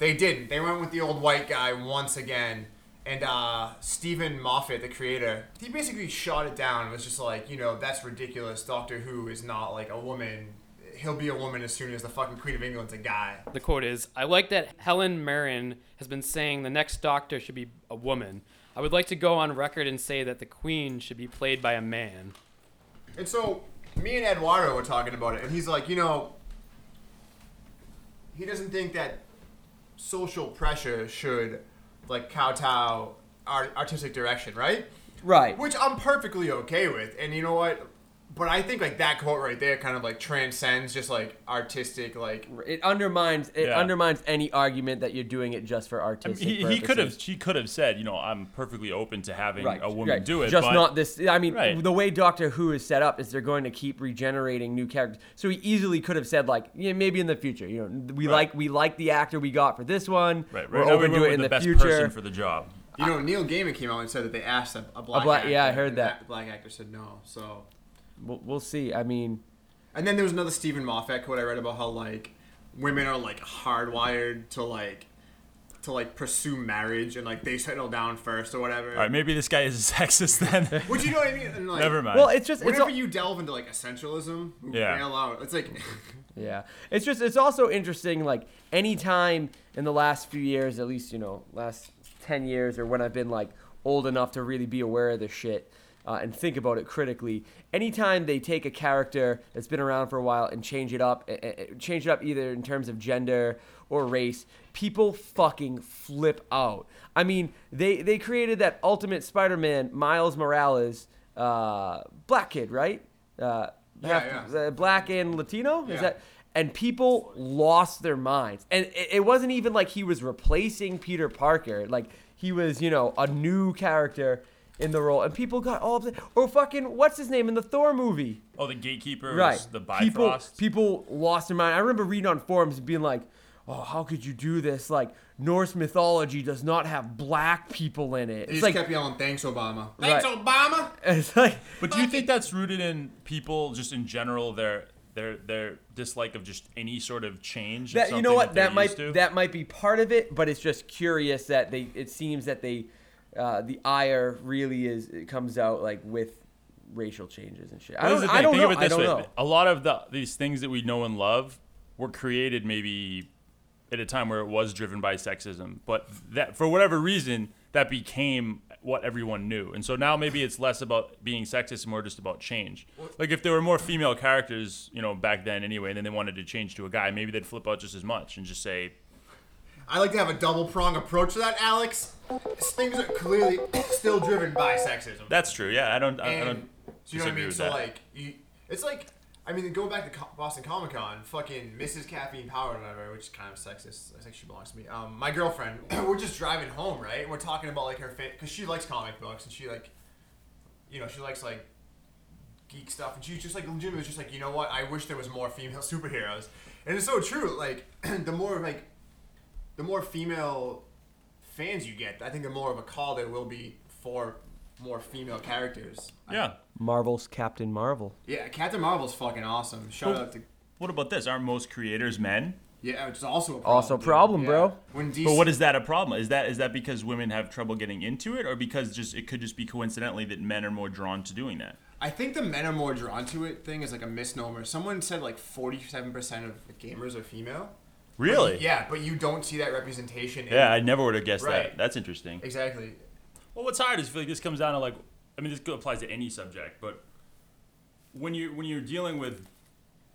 [SPEAKER 4] they didn't. They went with the old white guy once again. And uh, Stephen Moffat, the creator, he basically shot it down. and was just like, you know, that's ridiculous. Doctor Who is not like a woman. He'll be a woman as soon as the fucking Queen of England's a guy.
[SPEAKER 2] The quote is I like that Helen Mirren has been saying the next doctor should be a woman. I would like to go on record and say that the queen should be played by a man.
[SPEAKER 4] And so me and Eduardo were talking about it, and he's like, you know, he doesn't think that social pressure should like kowtow art- artistic direction, right?
[SPEAKER 5] Right.
[SPEAKER 4] Which I'm perfectly okay with, and you know what? But I think like that quote right there kind of like transcends just like artistic like
[SPEAKER 5] It undermines it
[SPEAKER 7] Yeah.
[SPEAKER 5] undermines any argument that you're doing it just for artistic.
[SPEAKER 7] He, he could have,
[SPEAKER 5] purposes.
[SPEAKER 7] she could have said, you know, I'm perfectly open to having
[SPEAKER 5] Right,
[SPEAKER 7] a woman
[SPEAKER 5] right.
[SPEAKER 7] do it.
[SPEAKER 5] Just
[SPEAKER 7] but
[SPEAKER 5] not this. I mean,
[SPEAKER 7] Right.
[SPEAKER 5] the way Doctor Who is set up is they're going to keep regenerating new characters. So he easily could have said like, yeah, maybe in the future. You know, we
[SPEAKER 7] Right.
[SPEAKER 5] like we like the actor we got for this one.
[SPEAKER 7] Right, right.
[SPEAKER 5] We're
[SPEAKER 7] now we
[SPEAKER 5] open
[SPEAKER 7] went
[SPEAKER 5] to
[SPEAKER 7] with
[SPEAKER 5] it in
[SPEAKER 7] the,
[SPEAKER 5] the,
[SPEAKER 7] best person
[SPEAKER 5] future.
[SPEAKER 7] for the job.
[SPEAKER 4] You know, Neil Gaiman came out and said that they asked a, a black.
[SPEAKER 5] black-
[SPEAKER 4] actor,
[SPEAKER 5] yeah, I heard
[SPEAKER 4] and
[SPEAKER 5] that.
[SPEAKER 4] black actor said no. So,
[SPEAKER 5] we'll, we'll see. I mean,
[SPEAKER 4] and then there was another Stephen Moffat quote I read about how like women are like hardwired to like to like pursue marriage and like they settle down first or whatever.
[SPEAKER 7] All right, maybe this guy is a sexist then.
[SPEAKER 4] Would you know what I mean? And, like,
[SPEAKER 7] Never mind.
[SPEAKER 5] well, it's just it's
[SPEAKER 4] Whenever
[SPEAKER 5] all,
[SPEAKER 4] you delve into like essentialism, you
[SPEAKER 7] Yeah.
[SPEAKER 4] bail out. It's like
[SPEAKER 5] Yeah. It's just it's also interesting like any time in the last few years, at least, you know, last 10 years or when I've been like old enough to really be aware of this shit. Uh, and think about it critically. Anytime they take a character that's been around for a while and change it up, eh, eh, eh, change it up either in terms of gender or race, people fucking flip out. I mean, they they created that Ultimate Spider-Man, Miles Morales, uh, black kid, right? Uh, half-
[SPEAKER 4] yeah.
[SPEAKER 5] uh, black and Latino. Is
[SPEAKER 4] Yeah.
[SPEAKER 5] that? And people lost their minds. And it, it wasn't even like he was replacing Peter Parker. Like he was, you know, a new character in the role. And people got all upset. Or fucking what's his name in the Thor movie?
[SPEAKER 7] oh, the gatekeeper
[SPEAKER 5] right.
[SPEAKER 7] was the Bifrost.
[SPEAKER 5] People, people lost their mind. I remember reading on forums and being like, "Oh, how could you do this? Like Norse mythology does not have black people in it."
[SPEAKER 4] he
[SPEAKER 5] It's
[SPEAKER 4] just
[SPEAKER 5] like,
[SPEAKER 4] kept yelling, "Thanks, Obama."
[SPEAKER 5] Right.
[SPEAKER 4] Thanks, Obama.
[SPEAKER 5] it's like,
[SPEAKER 7] but do you think that's rooted in people just in general their their their dislike of just any sort of change?
[SPEAKER 5] that
[SPEAKER 7] in
[SPEAKER 5] you know
[SPEAKER 7] something
[SPEAKER 5] what
[SPEAKER 7] they're
[SPEAKER 5] that might
[SPEAKER 7] used to?
[SPEAKER 5] that might be part of it, but it's just curious that they it seems that they uh, the ire really is it comes out like with racial changes and shit. I
[SPEAKER 7] Well,
[SPEAKER 5] don't,
[SPEAKER 7] this
[SPEAKER 5] I
[SPEAKER 7] is the
[SPEAKER 5] don't
[SPEAKER 7] thing.
[SPEAKER 5] know.
[SPEAKER 7] Think of it
[SPEAKER 5] I
[SPEAKER 7] this
[SPEAKER 5] don't
[SPEAKER 7] way.
[SPEAKER 5] know.
[SPEAKER 7] A lot of the, these things that we know and love were created maybe at a time where it was driven by sexism, but that for whatever reason that became what everyone knew, and so now maybe it's less about being sexist and more just about change. Like if there were more female characters, you know, back then anyway, and then they wanted to change to a guy, maybe they'd flip out just as much and just say,
[SPEAKER 4] I like to have a double prong approach to that, Alex. Things are clearly still driven by sexism.
[SPEAKER 7] "That's true, yeah, I don't, I, I
[SPEAKER 4] And
[SPEAKER 7] don't."
[SPEAKER 4] do you know what I
[SPEAKER 7] disagree
[SPEAKER 4] mean?
[SPEAKER 7] with
[SPEAKER 4] So
[SPEAKER 7] that.
[SPEAKER 4] like, you, it's like, I mean, go back to Co- Boston Comic Con, fucking Mrs. Caffeine Power, or whatever, which is kind of sexist. I think she belongs to me. Um, my girlfriend, we're just driving home, right? And we're talking about like her fit because she likes comic books and she like, you know, she likes like geek stuff, and she was just like legitimately was just like, you know what? I wish there was more female superheroes, and it's so true. Like, the more like, the more female fans you get, I think the more of a call there will be for more female characters.
[SPEAKER 7] Yeah.
[SPEAKER 5] Marvel's Captain Marvel.
[SPEAKER 4] Yeah, Captain Marvel's fucking awesome. Shout out to
[SPEAKER 7] What about this? Aren't most creators men?
[SPEAKER 4] yeah, which is also a problem.
[SPEAKER 5] Also a problem,
[SPEAKER 4] dude.
[SPEAKER 5] bro.
[SPEAKER 4] Yeah. When DC,
[SPEAKER 7] But what is that a problem? Is that is that because women have trouble getting into it, or because just it could just be coincidentally that men are more drawn to doing that?
[SPEAKER 4] I think the men are more drawn to it thing is like a misnomer. Someone said like forty-seven percent of the gamers are female.
[SPEAKER 7] Really?
[SPEAKER 4] Yeah, but you don't see that representation. In,
[SPEAKER 7] Yeah, I never would have guessed
[SPEAKER 4] Right.
[SPEAKER 7] that. That's interesting.
[SPEAKER 4] exactly.
[SPEAKER 7] Well, what's hard is I feel like this comes down to like, I mean, this go- applies to any subject, but when you when you're dealing with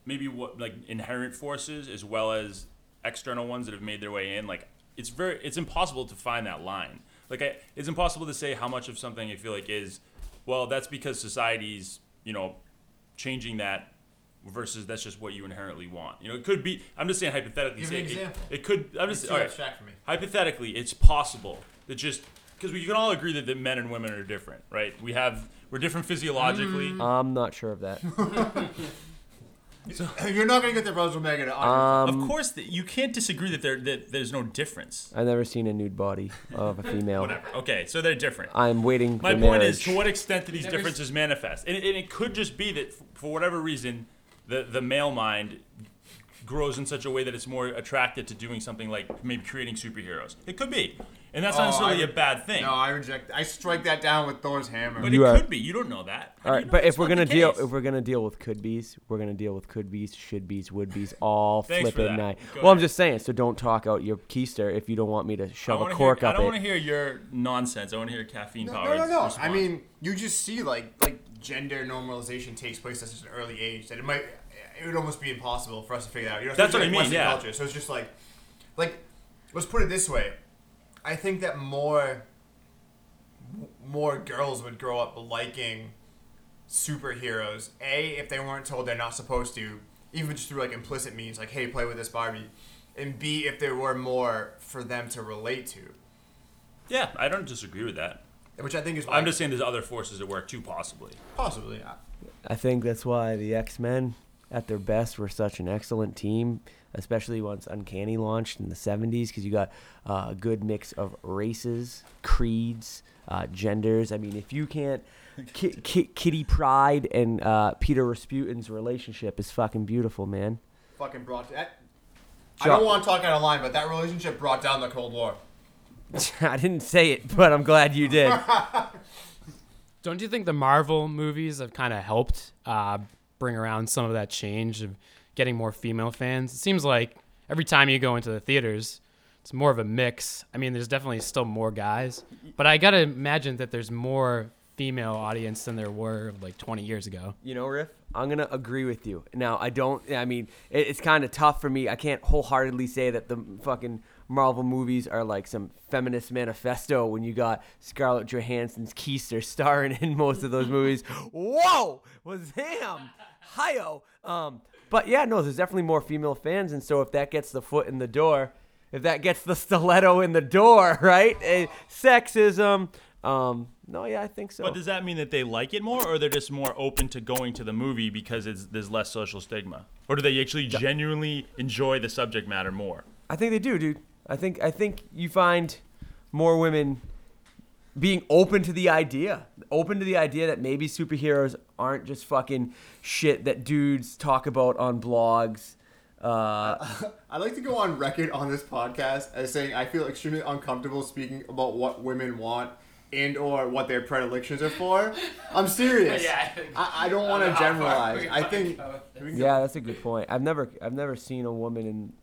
[SPEAKER 7] maybe what like inherent forces as well as external ones that have made their way in, like it's very it's impossible to find that line. Like I, it's impossible to say how much of something I feel like is, well, that's because society's you know changing that versus that's just what you inherently want. You know, it could be. I'm just saying hypothetically.
[SPEAKER 4] Give
[SPEAKER 7] say
[SPEAKER 4] an
[SPEAKER 7] it-
[SPEAKER 4] example.
[SPEAKER 7] It, could. I'm just
[SPEAKER 4] It's too
[SPEAKER 7] all right.
[SPEAKER 4] abstract for me.
[SPEAKER 7] Hypothetically, it's possible that just because we can all agree that, that men and women are different, right? We have we're different physiologically.
[SPEAKER 5] I'm not sure of that.
[SPEAKER 4] You're not gonna get the Roger Omega to
[SPEAKER 5] Uh,
[SPEAKER 7] of
[SPEAKER 5] Um,
[SPEAKER 7] course, that you can't disagree that there that there's no difference.
[SPEAKER 5] I've never seen a nude body of a female.
[SPEAKER 7] Whatever. Okay, so they're different.
[SPEAKER 5] I'm waiting
[SPEAKER 7] My
[SPEAKER 5] for
[SPEAKER 7] point
[SPEAKER 5] marriage.
[SPEAKER 7] is, to what extent do these differences manifest? And, and it could just be that, f- for whatever reason, the, the male mind grows in such a way that it's more attracted to doing something like maybe creating superheroes. It could be. And that's not
[SPEAKER 4] Oh,
[SPEAKER 7] necessarily
[SPEAKER 4] I-
[SPEAKER 7] a bad thing.
[SPEAKER 4] No, I reject. I strike that down with Thor's hammer.
[SPEAKER 7] but
[SPEAKER 5] You
[SPEAKER 7] it
[SPEAKER 5] are-
[SPEAKER 7] could be. You don't know that. How
[SPEAKER 5] All
[SPEAKER 7] do you
[SPEAKER 5] right,
[SPEAKER 7] know
[SPEAKER 5] but if
[SPEAKER 7] that's
[SPEAKER 5] we're
[SPEAKER 7] not
[SPEAKER 5] gonna
[SPEAKER 7] the
[SPEAKER 5] deal,
[SPEAKER 7] case?
[SPEAKER 5] if we're gonna deal with could be's, we're gonna deal with could be's, should be's, would be's, all
[SPEAKER 7] Thanks for
[SPEAKER 5] flipping
[SPEAKER 7] that.
[SPEAKER 5] night.
[SPEAKER 7] Go
[SPEAKER 5] Well, I'm
[SPEAKER 7] ahead.
[SPEAKER 5] just saying. So don't talk out your keister if you don't want me to
[SPEAKER 7] I
[SPEAKER 5] shove a
[SPEAKER 7] wanna
[SPEAKER 5] cork
[SPEAKER 7] hear, I
[SPEAKER 5] up
[SPEAKER 7] don't
[SPEAKER 5] it.
[SPEAKER 7] want to hear your nonsense. I want to hear caffeine
[SPEAKER 4] no,
[SPEAKER 7] powered.
[SPEAKER 4] no, no, no. I
[SPEAKER 7] response.
[SPEAKER 4] mean, you just see like like gender normalization takes place at such an early age that it might it would almost be impossible for us to figure that out. You know,
[SPEAKER 7] That's
[SPEAKER 4] especially,
[SPEAKER 7] what I
[SPEAKER 4] like,
[SPEAKER 7] mean,
[SPEAKER 4] Western
[SPEAKER 7] yeah.
[SPEAKER 4] Culture. So it's just like, like, let's put it this way. I think that more more girls would grow up liking superheroes. A, if they weren't told they're not supposed to, even just through like implicit means, like hey, play with this Barbie. And B, if there were more for them to relate to,
[SPEAKER 7] yeah, I don't disagree with that.
[SPEAKER 4] which I think is
[SPEAKER 7] I'm
[SPEAKER 4] why-
[SPEAKER 7] just saying there's other forces at work too, possibly.
[SPEAKER 4] possibly. I-
[SPEAKER 5] I think that's why the X Men, at their best, were such an excellent team, especially once Uncanny launched in the 70s, because you got uh, a good mix of races, creeds, uh, genders. I mean, if you can't. Ki- ki- Kitty Pride and uh, Peter Rasputin's relationship is fucking beautiful, man.
[SPEAKER 4] fucking brought that. I
[SPEAKER 5] Sure.
[SPEAKER 4] don't want to talk out of line, but that relationship brought down the Cold War.
[SPEAKER 5] I didn't say it, but I'm glad you did.
[SPEAKER 2] Don't you think the Marvel movies have kind of helped uh, bring around some of that change of getting more female fans? It seems like every time you go into the theaters, it's more of a mix. I mean, there's definitely still more guys, but I gotta imagine that there's more female audience than there were like 20 years ago.
[SPEAKER 5] You know, Riff, I'm gonna agree with you. Now, I don't. I mean, it, it's kind of tough for me. I can't wholeheartedly say that the fucking Marvel movies are like some feminist manifesto when you got Scarlett Johansson's keister starring in most of those movies. Whoa, was him, hiyo. Um, but yeah, no, there's definitely more female fans, and so if that gets the foot in the door, if that gets the stiletto in the door, right? Eh, sexism. Um, no, yeah, I think so.
[SPEAKER 7] But does that mean that they like it more, or they're just more open to going to the movie because it's, there's less social stigma, or do they actually genuinely enjoy the subject matter more?
[SPEAKER 5] I think they do, dude. I think I think you find more women being open to the idea, open to the idea that maybe superheroes aren't just fucking shit that dudes talk about on blogs. Uh,
[SPEAKER 4] I'd like to go on record on this podcast as saying I feel extremely uncomfortable speaking about what women want and or what their predilections are for. I'm serious. yeah, I, I don't want to generalize. I think
[SPEAKER 5] yeah, that's a good point. I've never I've never seen a woman in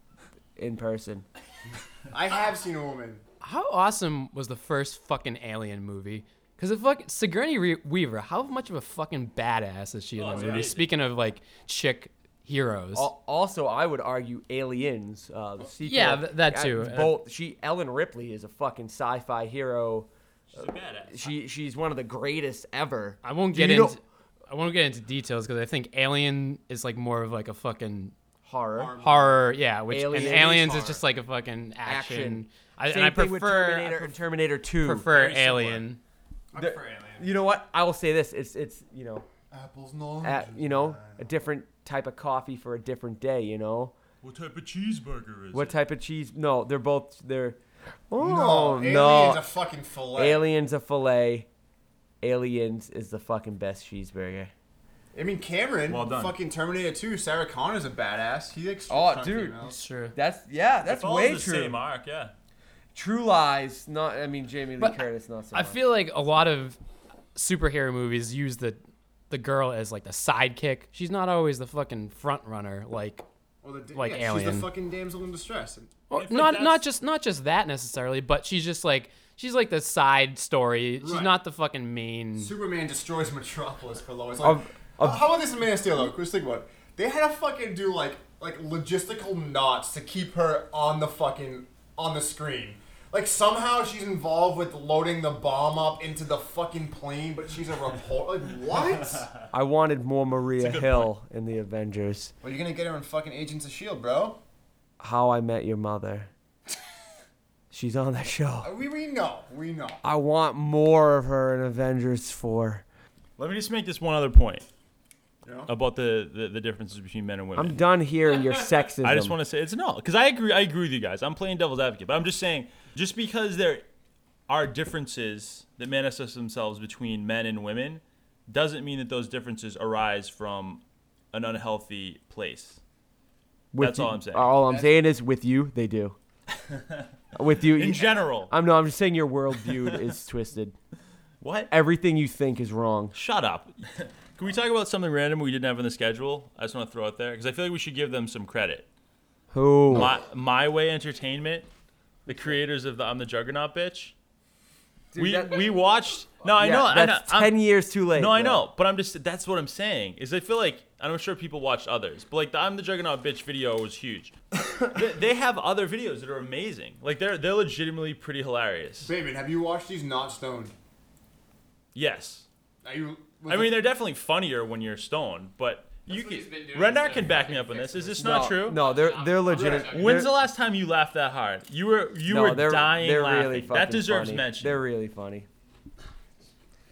[SPEAKER 5] in person.
[SPEAKER 4] I have seen a woman.
[SPEAKER 2] How awesome was the first fucking Alien movie? Because the fucking Sigourney Re- Weaver, how much of a fucking badass is she in that movie?
[SPEAKER 7] amazing.
[SPEAKER 2] Speaking of like chick heroes,
[SPEAKER 5] Al- Also, I would argue Aliens, uh, the sequel.
[SPEAKER 2] Yeah, th- that too.
[SPEAKER 5] Uh, Both she Ellen Ripley is a fucking sci-fi hero. She she's one of the greatest ever.
[SPEAKER 2] I won't get
[SPEAKER 5] You don't-
[SPEAKER 2] into I won't get into details because I think Alien is like more of like a fucking
[SPEAKER 5] horror.
[SPEAKER 2] horror, yeah. Which
[SPEAKER 5] Alien is
[SPEAKER 2] and Aliens is
[SPEAKER 4] horror.
[SPEAKER 2] just like a fucking action.
[SPEAKER 5] Action.
[SPEAKER 2] I,
[SPEAKER 5] Same
[SPEAKER 2] and I
[SPEAKER 5] thing with
[SPEAKER 2] prefer I
[SPEAKER 5] Terminator and Terminator 2.
[SPEAKER 2] prefer
[SPEAKER 7] similar.
[SPEAKER 2] Alien.
[SPEAKER 4] I prefer alien.
[SPEAKER 5] you know what? I will say this: it's it's you know,
[SPEAKER 4] Apples and oranges.
[SPEAKER 5] at, you know, a different type of coffee for a different day. You know,
[SPEAKER 7] What type of cheeseburger is
[SPEAKER 5] what type of cheese? No, they're both they're.
[SPEAKER 4] No,
[SPEAKER 5] Oh
[SPEAKER 4] alien's
[SPEAKER 5] no!
[SPEAKER 4] a fucking fillet.
[SPEAKER 5] Aliens a fillet. Aliens is the fucking best cheeseburger.
[SPEAKER 4] I mean, Cameron,
[SPEAKER 7] Well done.
[SPEAKER 4] fucking Terminator 2, Sarah Connor's a badass. He's extremely
[SPEAKER 5] Oh,
[SPEAKER 4] strong
[SPEAKER 5] dude.
[SPEAKER 4] female.
[SPEAKER 2] That's true.
[SPEAKER 5] That's yeah,
[SPEAKER 7] It
[SPEAKER 5] that's
[SPEAKER 7] follows
[SPEAKER 5] way
[SPEAKER 7] the same
[SPEAKER 5] true.
[SPEAKER 7] arc, yeah.
[SPEAKER 5] True Lies, not I mean Jamie Lee
[SPEAKER 2] But
[SPEAKER 5] Curtis, not so.
[SPEAKER 2] I
[SPEAKER 5] much.
[SPEAKER 2] feel like a lot of superhero movies use the the girl as like the sidekick. She's not always the fucking front runner. Like
[SPEAKER 4] Well, the,
[SPEAKER 2] Like
[SPEAKER 4] yeah, She's
[SPEAKER 2] Alien.
[SPEAKER 4] the fucking damsel in distress.
[SPEAKER 2] Well,
[SPEAKER 7] I think
[SPEAKER 2] not
[SPEAKER 7] that's-
[SPEAKER 2] not just not just that necessarily, but she's just like she's like the side story. She's
[SPEAKER 4] Right.
[SPEAKER 2] not the fucking main.
[SPEAKER 4] Superman destroys Metropolis for Lois. Like, how about this in Man of Steel though? Chris, think about it. They had to fucking do like like logistical knots to keep her on the fucking on the screen. Like somehow she's involved with loading the bomb up into the fucking plane, but she's a reporter. Like what?
[SPEAKER 5] I wanted more Maria Hill in the Avengers.
[SPEAKER 4] well, you're gonna get her in fucking Agents of Shield, E bro.
[SPEAKER 5] How I Met Your Mother. She's on that show.
[SPEAKER 4] We we know, we know.
[SPEAKER 5] I want more of her in Avengers 4.
[SPEAKER 7] Let me just make this one other point
[SPEAKER 4] Yeah.
[SPEAKER 7] about the, the, the differences between men and women.
[SPEAKER 5] I'm done hearing your sexism.
[SPEAKER 7] I just want to say it's not because I agree. I agree with you guys. I'm playing devil's advocate, but I'm just saying just because there are differences that manifest themselves between men and women doesn't mean that those differences arise from an unhealthy place.
[SPEAKER 5] With
[SPEAKER 7] that's
[SPEAKER 5] you-
[SPEAKER 7] all I'm saying.
[SPEAKER 5] All I'm saying is with you, they do. with you,
[SPEAKER 7] In
[SPEAKER 5] you-
[SPEAKER 7] general,
[SPEAKER 5] I'm no. I'm just saying your worldview is twisted.
[SPEAKER 7] what?
[SPEAKER 5] Everything you think is wrong.
[SPEAKER 7] Shut up. Can we talk about something random we didn't have on the schedule? I just want to throw it there because I feel like we should give them some credit.
[SPEAKER 5] Who?
[SPEAKER 7] My, My Way Entertainment, the creators of the I'm the Juggernaut bitch. we we watched. No, I
[SPEAKER 5] Yeah,
[SPEAKER 7] know. I know.
[SPEAKER 5] That's
[SPEAKER 7] I'm-
[SPEAKER 5] 10 years too late.
[SPEAKER 7] No, I
[SPEAKER 5] though.
[SPEAKER 7] know, but I'm just that's what I'm saying. Is I feel like and I'm sure people watched others, but like the I'm the Juggernaut bitch video was huge. they, they have other videos that are amazing. Like they're they're legitimately pretty hilarious.
[SPEAKER 4] David, have you watched these not stoned?
[SPEAKER 7] Yes,
[SPEAKER 4] Are you? was
[SPEAKER 7] I
[SPEAKER 4] it-
[SPEAKER 7] mean they're definitely funnier when you're stoned, but you can, Redknapp can back me up on this. Is this
[SPEAKER 5] No,
[SPEAKER 7] not true?
[SPEAKER 5] No, they're they're legit.
[SPEAKER 7] When's
[SPEAKER 5] they're-
[SPEAKER 7] the last time you laughed that hard? You were you
[SPEAKER 5] no,
[SPEAKER 7] were
[SPEAKER 5] they're,
[SPEAKER 7] dying
[SPEAKER 5] they're
[SPEAKER 7] laughing.
[SPEAKER 5] Really
[SPEAKER 7] that
[SPEAKER 5] fucking
[SPEAKER 7] deserves
[SPEAKER 5] funny.
[SPEAKER 7] mention.
[SPEAKER 5] They're really funny.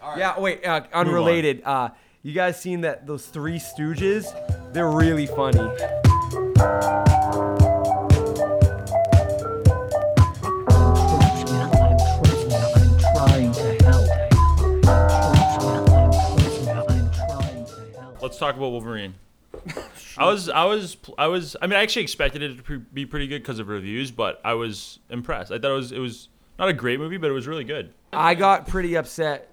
[SPEAKER 4] right.
[SPEAKER 5] Yeah. Wait. Uh, unrelated. Uh, you guys seen that those Three Stooges? They're really funny.
[SPEAKER 10] Trust me, I'm trust me, I'm trying to help. Trust me, I'm trust me, I'm trying to help.
[SPEAKER 7] Let's talk about Wolverine. I was, I was, I was. I mean, I actually expected it to pre- be pretty good because of reviews, but I was impressed. I thought it was, it was not a great movie, but it was really good.
[SPEAKER 5] I got pretty upset.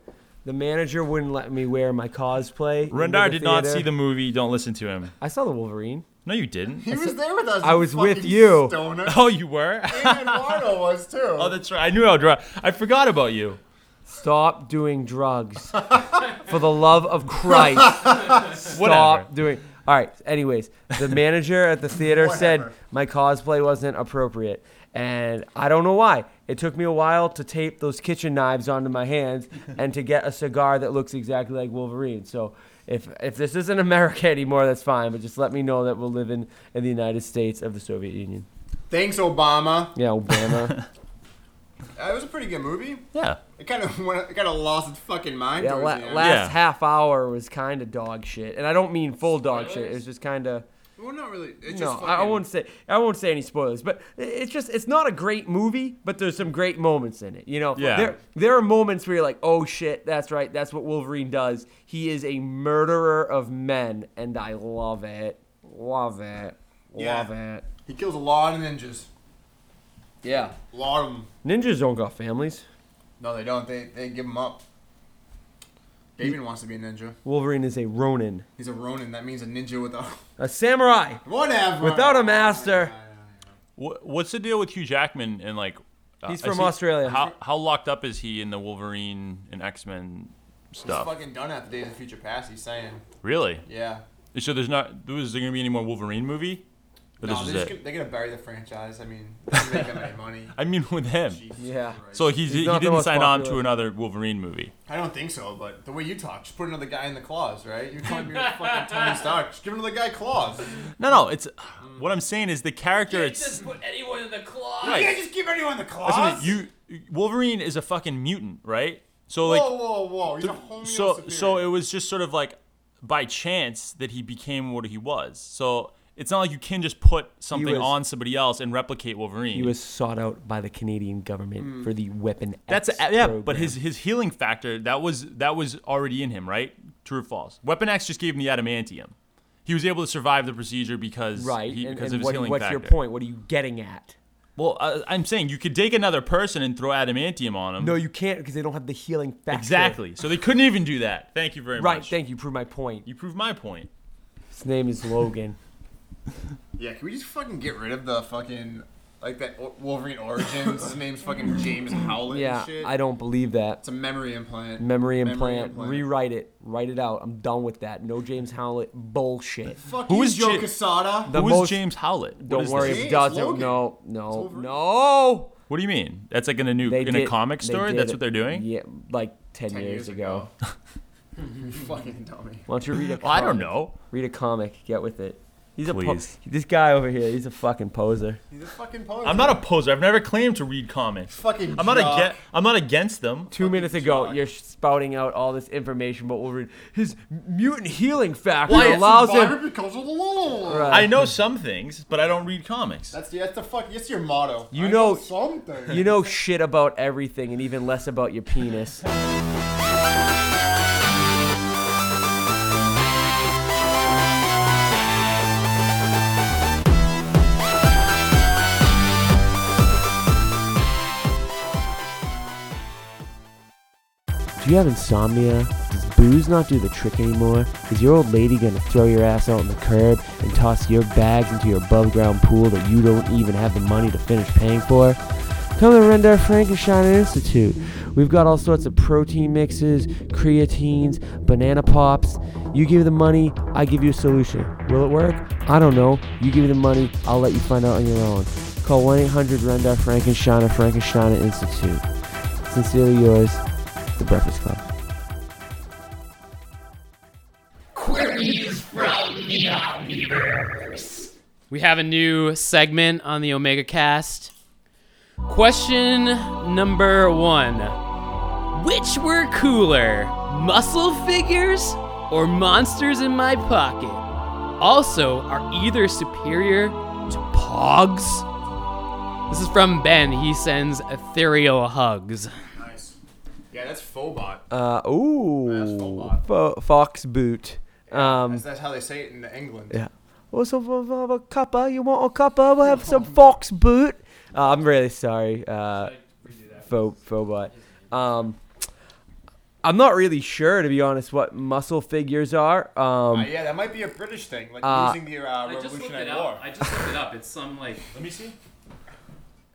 [SPEAKER 5] The manager wouldn't let me wear my cosplay. into
[SPEAKER 7] Rendar
[SPEAKER 5] the
[SPEAKER 7] did not
[SPEAKER 5] theater.
[SPEAKER 7] see the movie. Don't listen to him.
[SPEAKER 5] I saw the Wolverine.
[SPEAKER 7] No, you didn't.
[SPEAKER 4] he was there with us.
[SPEAKER 5] I
[SPEAKER 4] you
[SPEAKER 5] was with
[SPEAKER 4] fucking
[SPEAKER 5] you.
[SPEAKER 4] Stoner.
[SPEAKER 7] Oh, you were.
[SPEAKER 4] and Eduardo was too.
[SPEAKER 7] oh, that's right. I knew I would. Draw. I forgot about you.
[SPEAKER 5] Stop doing drugs. For the love of Christ,
[SPEAKER 7] Whatever.
[SPEAKER 5] stop doing. All right. Anyways, the manager at the theater said
[SPEAKER 4] Whatever.
[SPEAKER 5] my cosplay wasn't appropriate, and I don't know why. It took me a while to tape those kitchen knives onto my hands and to get a cigar that looks exactly like Wolverine. So, if if this isn't America anymore, that's fine. But just let me know that we're living in the United States of the Soviet Union.
[SPEAKER 4] Thanks, Obama.
[SPEAKER 5] Yeah, Obama.
[SPEAKER 4] Uh, it was a pretty good movie.
[SPEAKER 7] Yeah.
[SPEAKER 4] It kind of went, it kind of lost its fucking mind.
[SPEAKER 5] yeah,
[SPEAKER 4] towards
[SPEAKER 5] la-
[SPEAKER 4] the end.
[SPEAKER 5] last
[SPEAKER 7] Yeah.
[SPEAKER 5] half hour was kind of dog shit, and I don't mean full dog shit. It was just kind of.
[SPEAKER 4] well, not really. It just
[SPEAKER 5] No,
[SPEAKER 4] fucking,
[SPEAKER 5] I I won't say I won't say any spoilers, but i- it's just it's not a great movie, but there's some great moments in it. You know,
[SPEAKER 7] Yeah.
[SPEAKER 5] there there are moments where you're like, oh shit, that's right, that's what Wolverine does. He is a murderer of men, and I love it, love it,
[SPEAKER 4] Yeah.
[SPEAKER 5] love it.
[SPEAKER 4] He kills a lot of ninjas.
[SPEAKER 5] Yeah,
[SPEAKER 4] A lot of them.
[SPEAKER 5] ninjas don't got families.
[SPEAKER 4] No, they don't. They they give them up. David wants to be a ninja.
[SPEAKER 5] Wolverine is a Ronin,
[SPEAKER 4] He's a Ronin. That means a ninja without
[SPEAKER 5] a samurai
[SPEAKER 4] whatever.
[SPEAKER 5] without a master.
[SPEAKER 7] Wh- What's the deal with Hugh Jackman and like? uh,
[SPEAKER 5] He's
[SPEAKER 7] is
[SPEAKER 5] from
[SPEAKER 7] he-
[SPEAKER 5] Australia.
[SPEAKER 7] How how locked up is he in the Wolverine and X Men
[SPEAKER 4] He's
[SPEAKER 7] stuff?
[SPEAKER 4] fucking done after Days of Future Past. He's saying,
[SPEAKER 7] Really?
[SPEAKER 4] yeah.
[SPEAKER 7] So there's not. Was there gonna be any more Wolverine movie? Or
[SPEAKER 4] No,
[SPEAKER 7] this is
[SPEAKER 4] they're, just
[SPEAKER 7] it?
[SPEAKER 4] gonna, they're gonna bury the franchise. I mean, they don't make that much money.
[SPEAKER 7] I mean, with him.
[SPEAKER 4] Jesus
[SPEAKER 5] Yeah.
[SPEAKER 4] Christ.
[SPEAKER 7] So he's, he
[SPEAKER 5] not the
[SPEAKER 7] didn't
[SPEAKER 5] most
[SPEAKER 7] sign on
[SPEAKER 5] popular.
[SPEAKER 7] to another Wolverine movie.
[SPEAKER 4] I don't think so, but the way you talk, just put another guy in the claws, right? You're telling me you're fucking Tony Stark. Just give another guy claws.
[SPEAKER 7] No, no. It's what I'm saying is the character. It's
[SPEAKER 2] put anyone in the claw.
[SPEAKER 4] You can't
[SPEAKER 7] right.
[SPEAKER 4] just give anyone the
[SPEAKER 7] Listen,
[SPEAKER 4] claws.
[SPEAKER 7] you Wolverine is a fucking mutant, right? So
[SPEAKER 4] whoa,
[SPEAKER 7] like,
[SPEAKER 4] whoa, whoa! He's a homeo
[SPEAKER 7] so
[SPEAKER 4] superior.
[SPEAKER 7] so it was just sort of like by chance that he became what he was. So it's not like you can just put something
[SPEAKER 5] was-
[SPEAKER 7] on somebody else and replicate Wolverine.
[SPEAKER 5] He was sought out by the Canadian government for the Weapon
[SPEAKER 7] That's
[SPEAKER 5] X.
[SPEAKER 7] yeah, but
[SPEAKER 5] program.
[SPEAKER 7] his his healing factor that was that was already in him, right? True or false? Weapon X just gave him the adamantium. He was able to survive the procedure because
[SPEAKER 5] right.
[SPEAKER 7] he,
[SPEAKER 5] and
[SPEAKER 7] because
[SPEAKER 5] and
[SPEAKER 7] of his
[SPEAKER 5] what-
[SPEAKER 7] healing
[SPEAKER 5] what's
[SPEAKER 7] factor.
[SPEAKER 5] your point? What are you getting at?
[SPEAKER 7] Well, I, I'm saying you could take another person and throw adamantium on him.
[SPEAKER 5] No, you can't because they don't have the healing factor.
[SPEAKER 7] exactly. So they couldn't even do that. Thank you very
[SPEAKER 5] Right.
[SPEAKER 7] much.
[SPEAKER 5] Thank you. Prove my point.
[SPEAKER 7] you proved my point.
[SPEAKER 5] His name is Logan.
[SPEAKER 4] yeah, can we just fucking get rid of the fucking Like that o- Wolverine Origins. His name's fucking James Howlett.
[SPEAKER 5] Yeah,
[SPEAKER 4] and shit.
[SPEAKER 5] I don't believe that.
[SPEAKER 4] It's a memory implant.
[SPEAKER 5] Memory implant. Rewrite it. Write it out. I'm done with that. No James Howlett bullshit.
[SPEAKER 4] Fuck
[SPEAKER 7] Who
[SPEAKER 4] you,
[SPEAKER 7] is
[SPEAKER 4] Joe
[SPEAKER 7] Jim-
[SPEAKER 4] Casada?
[SPEAKER 5] The
[SPEAKER 7] Who
[SPEAKER 5] most-
[SPEAKER 7] is James Howlett? What
[SPEAKER 5] Don't
[SPEAKER 7] is
[SPEAKER 5] worry,
[SPEAKER 7] this?
[SPEAKER 5] it
[SPEAKER 4] Hey,
[SPEAKER 5] doesn't.
[SPEAKER 4] it's Logan.
[SPEAKER 5] No, no,
[SPEAKER 4] Wolverine.
[SPEAKER 5] no.
[SPEAKER 7] What do you mean? That's like in a new
[SPEAKER 5] They
[SPEAKER 7] in a
[SPEAKER 5] did-
[SPEAKER 7] comic
[SPEAKER 5] they
[SPEAKER 7] story.
[SPEAKER 5] did
[SPEAKER 7] That's
[SPEAKER 5] it-
[SPEAKER 7] what they're doing.
[SPEAKER 5] Yeah, like ten, years, ago.
[SPEAKER 4] You fucking dummy.
[SPEAKER 5] Why don't you read a?
[SPEAKER 7] Well, I don't
[SPEAKER 5] comic?
[SPEAKER 7] know.
[SPEAKER 5] Read a comic. Get with it. He's a po-
[SPEAKER 7] Please.
[SPEAKER 5] this guy over here. He's a fucking poser.
[SPEAKER 4] He's a fucking poser.
[SPEAKER 7] I'm not a poser. I've never claimed to read comics.
[SPEAKER 4] fucking.
[SPEAKER 7] I'm not
[SPEAKER 4] jock.
[SPEAKER 7] against. I'm not against them.
[SPEAKER 5] Two minutes ago, you're spouting out all this information, but Wolverine, his mutant healing factor
[SPEAKER 4] Why
[SPEAKER 5] allows him.
[SPEAKER 4] because of the law.
[SPEAKER 7] I know some things, but I don't read comics.
[SPEAKER 4] That's the that's the fuck. That's your motto.
[SPEAKER 5] You
[SPEAKER 4] I
[SPEAKER 5] know-
[SPEAKER 4] something.
[SPEAKER 5] You know shit about everything, and even less about your penis. Do you have insomnia? Does booze not do the trick anymore? Is your old lady gonna throw your ass out on the curb and toss your bags into your above ground pool that you don't even have the money to finish paying for? Come to Rendar Frankenstein Institute. We've got all sorts of protein mixes, creatines, banana pops. You give the money, I give you a solution. Will it work? I don't know. You give me the money, I'll let you find out on your own. Call 1 800 Rendar Frankenstein or Frankenstein Institute. Sincerely yours, The Breakfast Club.
[SPEAKER 2] We have a new segment on the Omega Cast. Question number one Which were cooler, muscle figures or monsters in my pocket? Also, are either superior to pogs? This is from Ben. He sends ethereal hugs.
[SPEAKER 4] Nice. Yeah, that's Phobot.
[SPEAKER 5] Uh,
[SPEAKER 4] That's
[SPEAKER 5] ooh,
[SPEAKER 4] Phobot.
[SPEAKER 5] fo- fox boot. Um,
[SPEAKER 4] That's, that's how they say it in England.
[SPEAKER 5] yeah. What's up with uh, a cuppa? You want a cuppa? We'll have some fox boot. Uh, I'm really sorry, uh, pho- phobot. Um, I'm not really sure, to be honest, what muscle figures are.
[SPEAKER 4] Uh,
[SPEAKER 5] Um,
[SPEAKER 4] yeah, that might be a British thing, like
[SPEAKER 5] Uh,
[SPEAKER 4] losing the uh, Revolutionary War.
[SPEAKER 2] just looked it up. It's some like.
[SPEAKER 7] Let me see.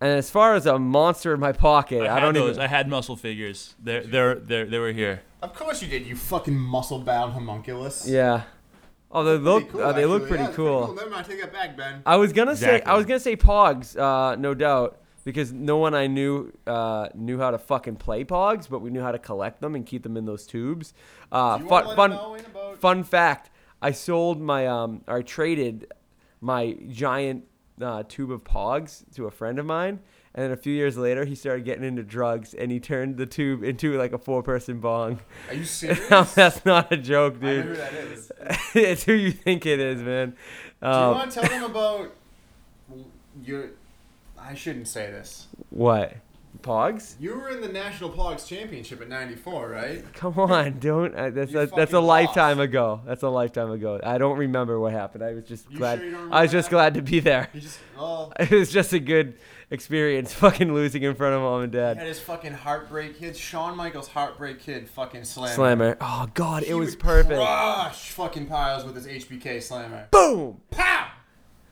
[SPEAKER 5] and as far as a monster in my pocket,
[SPEAKER 7] I,
[SPEAKER 5] I,
[SPEAKER 7] had
[SPEAKER 5] don't
[SPEAKER 7] those.
[SPEAKER 5] even.
[SPEAKER 7] I had muscle figures. They're, they're, they're, they were here.
[SPEAKER 4] Of course you did, you fucking muscle-bound homunculus.
[SPEAKER 5] yeah. Oh, they look.
[SPEAKER 4] Pretty cool,
[SPEAKER 5] uh, they look
[SPEAKER 4] actually.
[SPEAKER 5] pretty
[SPEAKER 4] Yeah, it's
[SPEAKER 5] cool. Uh,
[SPEAKER 4] Never mind, take that back, Ben.
[SPEAKER 5] I was gonna say I
[SPEAKER 7] Exactly.
[SPEAKER 5] was gonna say Pogs, uh, no doubt, because no one I knew uh, knew how to fucking play Pogs, but we knew how to collect them and keep them in those tubes. Uh,
[SPEAKER 4] You wanna
[SPEAKER 5] fun
[SPEAKER 4] let
[SPEAKER 5] fun
[SPEAKER 4] him know in about-
[SPEAKER 5] fun fact: I sold my um, or I traded my giant uh, tube of Pogs to a friend of mine. And then a few years later, he started getting into drugs, and he turned the tube into like a four-person bong.
[SPEAKER 4] Are you serious?
[SPEAKER 5] That's not a joke,
[SPEAKER 4] I know who
[SPEAKER 5] dude.
[SPEAKER 4] that is. Do
[SPEAKER 5] it's who you think it is, man.
[SPEAKER 4] you
[SPEAKER 5] Um,
[SPEAKER 4] want to tell them about your? I shouldn't say this.
[SPEAKER 5] what? Pogs?
[SPEAKER 4] You were in the National Pogs Championship at '94, right?
[SPEAKER 5] Come on, don't. I, that's
[SPEAKER 4] You
[SPEAKER 5] a, that's a
[SPEAKER 4] fucking
[SPEAKER 5] lifetime
[SPEAKER 4] lost.
[SPEAKER 5] ago. That's a lifetime ago. I don't remember what happened. I was just
[SPEAKER 4] You
[SPEAKER 5] glad.
[SPEAKER 4] sure you don't
[SPEAKER 5] I was
[SPEAKER 4] remember
[SPEAKER 5] just
[SPEAKER 4] that?
[SPEAKER 5] glad to be there.
[SPEAKER 4] He just oh,
[SPEAKER 5] It was just a good experience. Fucking losing in front of mom and
[SPEAKER 4] he
[SPEAKER 5] dad.
[SPEAKER 4] had his fucking heartbreak kid, Shawn Michaels' heartbreak kid, fucking slammer.
[SPEAKER 5] Slammer. Oh God,
[SPEAKER 4] He
[SPEAKER 5] it was
[SPEAKER 4] would
[SPEAKER 5] perfect.
[SPEAKER 4] Crush fucking piles with his HBK slammer.
[SPEAKER 5] Boom.
[SPEAKER 4] Pow!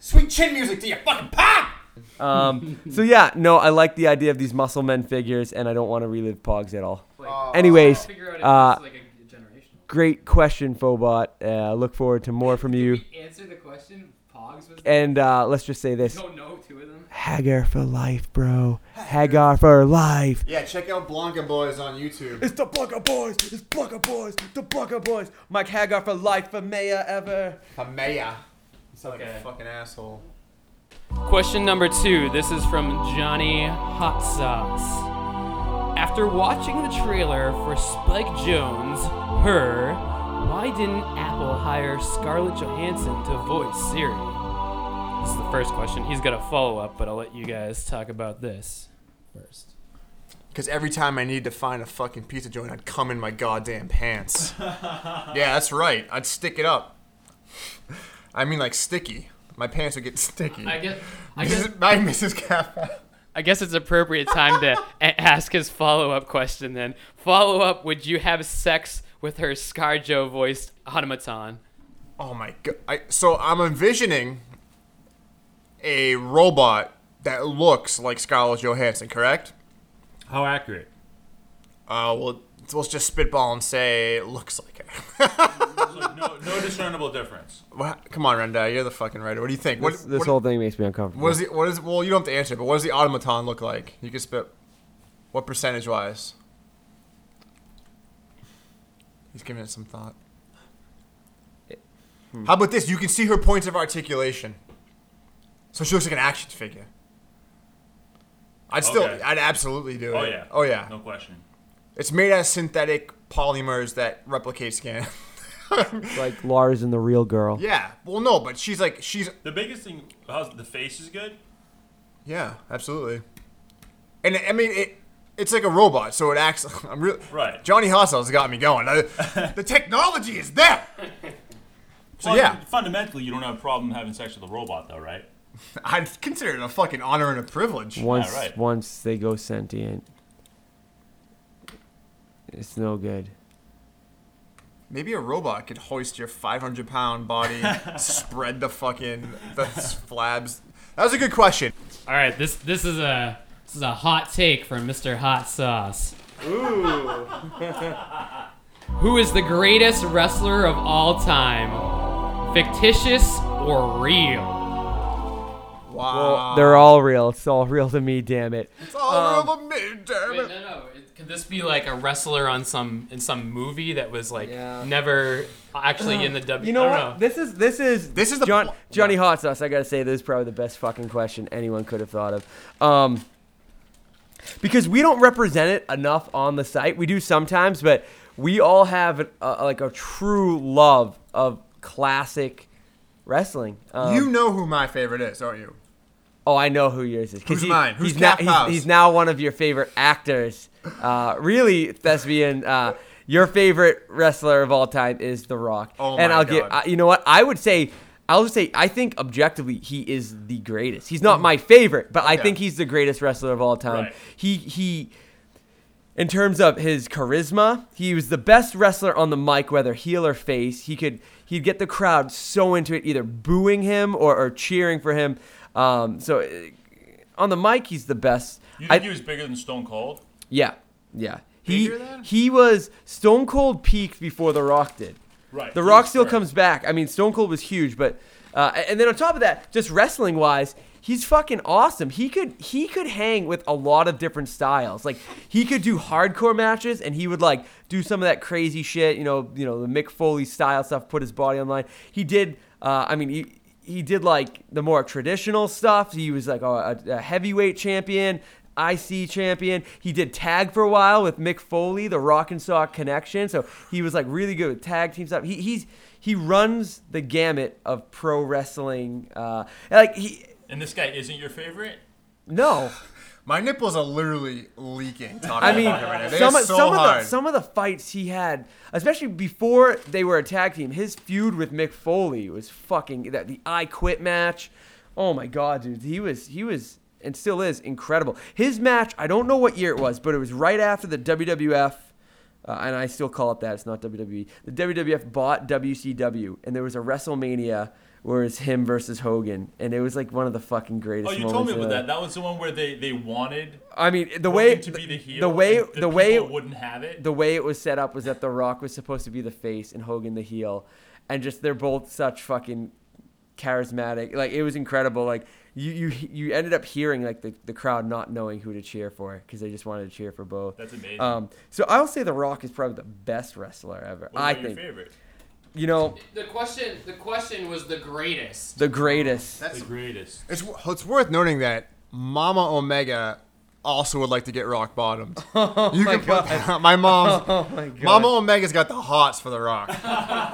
[SPEAKER 4] Sweet chin music to your fucking pop.
[SPEAKER 5] Um. so yeah, no, I like the idea of these muscle men figures, and I don't want to relive Pogs at all.
[SPEAKER 4] Uh,
[SPEAKER 5] Anyways,
[SPEAKER 2] Figure out if
[SPEAKER 5] uh,
[SPEAKER 2] it's like a generational.
[SPEAKER 5] great question, Phobot. Uh, look forward to more from you.
[SPEAKER 2] Answer the question. Pogs was.
[SPEAKER 5] And uh, let's just say this:
[SPEAKER 2] Don't know two of them.
[SPEAKER 5] Hagar for life, bro. Hagar for life.
[SPEAKER 4] Yeah, check out Blanca Boys on YouTube.
[SPEAKER 5] It's the Bugger Boys. It's Bugger Boys. The Bugger Boys. Mike Hagar for life, for mayor ever.
[SPEAKER 4] Hamea. You sound like
[SPEAKER 2] Okay.
[SPEAKER 4] a fucking asshole.
[SPEAKER 2] Question number two. This is from Johnny Hot Sauce. After watching the trailer for Spike Jones, her, why didn't Apple hire Scarlett Johansson to voice Siri? This is the first question. He's got a follow up, but I'll let you guys talk about this first.
[SPEAKER 4] Because every time I needed to find a fucking pizza joint, I'd come in my goddamn pants. yeah, that's right. I'd stick it up. I mean, like sticky. My pants would get sticky.
[SPEAKER 2] I guess, I guess,
[SPEAKER 4] Mrs. My Mrs. Kappa.
[SPEAKER 2] I guess it's appropriate time to a- ask his follow up question then. Follow up Would you have sex with her ScarJo voiced automaton?
[SPEAKER 4] Oh my god! I, so I'm envisioning a robot that looks like Scarlett Johansson, correct?
[SPEAKER 7] How accurate?
[SPEAKER 4] Uh, well, let's just spitball and say it looks like her.
[SPEAKER 7] Look, no, no discernible difference.
[SPEAKER 4] What- Come on, Renda, you're the fucking writer. What do you think? What,
[SPEAKER 5] This, this
[SPEAKER 4] what,
[SPEAKER 5] whole thing makes me uncomfortable.
[SPEAKER 4] what is it? What is? Well, you don't have to answer, but what does the automaton look like? You can spit. What percentage wise? He's giving it some thought.
[SPEAKER 5] Hmm.
[SPEAKER 4] How about this? You can see her points of articulation, so she looks like an action figure. I'd still,
[SPEAKER 7] Okay.
[SPEAKER 4] I'd absolutely do it.
[SPEAKER 7] Oh yeah.
[SPEAKER 4] oh yeah.
[SPEAKER 7] No question.
[SPEAKER 4] It's made out of synthetic polymers that replicate skin.
[SPEAKER 5] like Lars and the real girl.
[SPEAKER 4] yeah. Well, no, but she's like she's
[SPEAKER 7] The biggest thing, how's the face is good.
[SPEAKER 4] yeah, absolutely. And I mean it. It's like a robot, so it acts. I'm really
[SPEAKER 7] Right.
[SPEAKER 4] Johnny Hassel's got me going. I- the technology is there. So
[SPEAKER 7] Well,
[SPEAKER 4] yeah,
[SPEAKER 7] Fundamentally, you don't have a problem having sex with a robot, though, right?
[SPEAKER 4] I'd consider it a fucking honor and a privilege.
[SPEAKER 5] Once
[SPEAKER 7] right.
[SPEAKER 5] once they go sentient, it's no good.
[SPEAKER 4] Maybe a robot could hoist your 500 pound body, spread the fucking the flabs. That was a good question.
[SPEAKER 2] All right, this this is a this is a hot take from Mr. Hot Sauce. Ooh. Who is the greatest wrestler of all time? Fictitious or real?
[SPEAKER 4] Wow.
[SPEAKER 5] They're all real. It's all real to me. Damn it.
[SPEAKER 4] it's all over me, damn
[SPEAKER 2] Wait, no,
[SPEAKER 4] it.
[SPEAKER 2] no. it- Could this be like a wrestler on some in some movie that was like
[SPEAKER 5] Yeah.
[SPEAKER 2] never actually in the W?
[SPEAKER 5] You know
[SPEAKER 2] I
[SPEAKER 5] what?
[SPEAKER 2] don't know.
[SPEAKER 5] This is this is
[SPEAKER 4] This is the
[SPEAKER 5] John,
[SPEAKER 4] pl-
[SPEAKER 5] Johnny Hot Sauce. I gotta say, this is probably the best fucking question anyone could have thought of. Um, because we don't represent it enough on the site. We do sometimes, but we all have a, a, like a true love of classic wrestling. Um,
[SPEAKER 4] You know who my favorite is, don't you?
[SPEAKER 5] Oh, I know who yours is. 'cause
[SPEAKER 4] Who's mine? Who's
[SPEAKER 5] he's, now,
[SPEAKER 4] Cat
[SPEAKER 5] he's,
[SPEAKER 4] House?
[SPEAKER 5] he's now one of your favorite actors. Uh, really, thespian. Uh, your favorite wrestler of all time is The Rock.
[SPEAKER 4] Oh
[SPEAKER 5] and
[SPEAKER 4] my
[SPEAKER 5] I'll
[SPEAKER 4] God.
[SPEAKER 5] give I- you know what I would say. I'll just say I think objectively he is the greatest. He's not my favorite, but I
[SPEAKER 4] Okay.
[SPEAKER 5] think he's the greatest wrestler of all time.
[SPEAKER 7] Right.
[SPEAKER 5] He he in terms of his charisma, he was the best wrestler on the mic, whether heel or face. He could he'd get the crowd so into it, either booing him or, or cheering for him. Um, so uh, on the mic, he's the best.
[SPEAKER 7] You
[SPEAKER 5] I-
[SPEAKER 7] think he was bigger than Stone Cold?
[SPEAKER 5] yeah, yeah. He
[SPEAKER 4] hear that?
[SPEAKER 5] he was Stone Cold peaked before The Rock did.
[SPEAKER 7] Right.
[SPEAKER 5] The
[SPEAKER 7] He
[SPEAKER 5] Rock
[SPEAKER 7] was
[SPEAKER 5] still
[SPEAKER 7] first.
[SPEAKER 5] comes back. I mean, Stone Cold was huge, but uh, and then on top of that, just wrestling wise, he's fucking awesome. He could he could hang with a lot of different styles. Like he could do hardcore matches, and he would like do some of that crazy shit. You know, you know the Mick Foley style stuff. Put his body on line. He did. Uh, I mean, he. He did like the more traditional stuff. He was like a, a heavyweight champion, IC champion. He did tag for a while with Mick Foley, the Rock and Sock connection. So he was like really good with tag team stuff. He he's he runs the gamut of pro wrestling. Uh, like he
[SPEAKER 7] And this guy isn't your favorite?
[SPEAKER 5] no,
[SPEAKER 4] My nipples are literally leaking. talking
[SPEAKER 5] I mean
[SPEAKER 4] about it right now. They
[SPEAKER 5] some
[SPEAKER 4] are
[SPEAKER 5] of-
[SPEAKER 4] so
[SPEAKER 5] some
[SPEAKER 4] hard.
[SPEAKER 5] of the some of the fights he had, especially before they were a tag team. His feud with Mick Foley was fucking that the I Quit match. Oh my god, dude, he was he was and still is incredible. His match, I don't know what year it was, but it was right after the WWF. uh, and I still call it that. It's not WWE. The WWF bought WCW, and there was a WrestleMania where it's him versus Hogan, and it was like one of the fucking
[SPEAKER 7] Oh,
[SPEAKER 5] greatest.
[SPEAKER 7] you told
[SPEAKER 5] moments of
[SPEAKER 7] me about
[SPEAKER 5] my-
[SPEAKER 7] that. That was the one where they, they wanted
[SPEAKER 5] I mean, uh, the
[SPEAKER 7] Hogan
[SPEAKER 5] way
[SPEAKER 7] to be the heel.
[SPEAKER 5] the way
[SPEAKER 7] and
[SPEAKER 5] the way
[SPEAKER 7] people wouldn't have it.
[SPEAKER 5] the way it was set up was that The Rock was supposed to be the face and Hogan the heel, and just they're both such fucking charismatic. Like it was incredible. Like you you you ended up hearing like the, the crowd not knowing who to cheer for because they just wanted to cheer for both.
[SPEAKER 7] That's amazing.
[SPEAKER 5] Um, so I'll say The Rock is probably the best wrestler ever.
[SPEAKER 7] What
[SPEAKER 5] I
[SPEAKER 7] about
[SPEAKER 5] think
[SPEAKER 7] your favorite?
[SPEAKER 5] you know
[SPEAKER 2] The question the question was the greatest.
[SPEAKER 5] the greatest.
[SPEAKER 7] The greatest.
[SPEAKER 4] It's, it's worth noting that Mama Omega also would like to get rock bottomed.
[SPEAKER 5] Oh
[SPEAKER 4] you my, can put that- my mom's
[SPEAKER 5] my god.
[SPEAKER 4] Mama Omega's got the hots for the rock.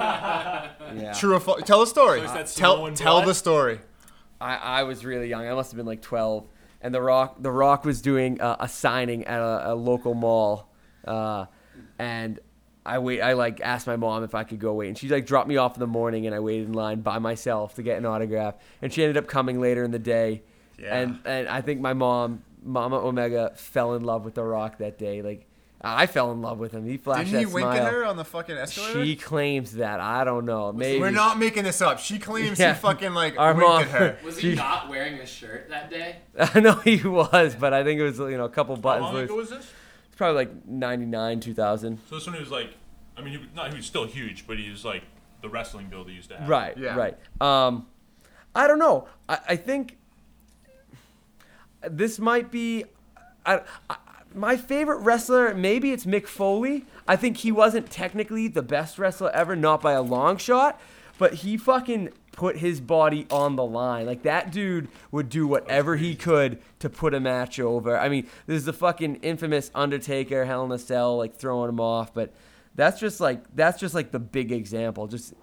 [SPEAKER 5] Yeah.
[SPEAKER 4] True or false? Tell the story.
[SPEAKER 7] is that
[SPEAKER 4] tell
[SPEAKER 7] Samoan
[SPEAKER 4] tell
[SPEAKER 7] blood?
[SPEAKER 4] the story.
[SPEAKER 5] I, I was really young. I must have been like 12. And The Rock, The Rock was doing uh, a signing at a, a local mall, uh, and I wait. I like asked my mom if I could go wait, and she like dropped me off in the morning, and I waited in line by myself to get an autograph. And she ended up coming later in the day, and and I think my mom, Mama Omega, fell in love with The Rock that day. Like I fell in love with him. He flashed
[SPEAKER 4] Didn't he
[SPEAKER 5] that
[SPEAKER 4] wink
[SPEAKER 5] smile.
[SPEAKER 4] at her on the fucking escalator?
[SPEAKER 5] She claims that. I don't know. Maybe
[SPEAKER 4] We're not making this up. She claims
[SPEAKER 5] Yeah.
[SPEAKER 4] he fucking like
[SPEAKER 5] Our
[SPEAKER 4] winked
[SPEAKER 5] mom-
[SPEAKER 4] at her.
[SPEAKER 2] Was he
[SPEAKER 5] She-
[SPEAKER 2] not wearing a shirt that day?
[SPEAKER 5] I know he was, but I think it was you know a couple
[SPEAKER 7] How
[SPEAKER 5] buttons
[SPEAKER 7] long
[SPEAKER 5] loose.
[SPEAKER 7] ago was this?
[SPEAKER 5] It's probably like 99, 2000.
[SPEAKER 7] So this one he was like, I mean, he was not he was still huge, but he was like the wrestling build he used to have.
[SPEAKER 5] Right.
[SPEAKER 4] Yeah.
[SPEAKER 5] Right. Um, I don't know. I, I think this might be I, I, my favorite wrestler. Maybe it's Mick Foley. I think he wasn't technically the best wrestler ever, not by a long shot, but he fucking put his body on the line. Like that dude would do whatever he could to put a match over. I mean, there's the fucking infamous Undertaker Hell in a Cell, like throwing him off, but. That's just like that's just like the big example. Just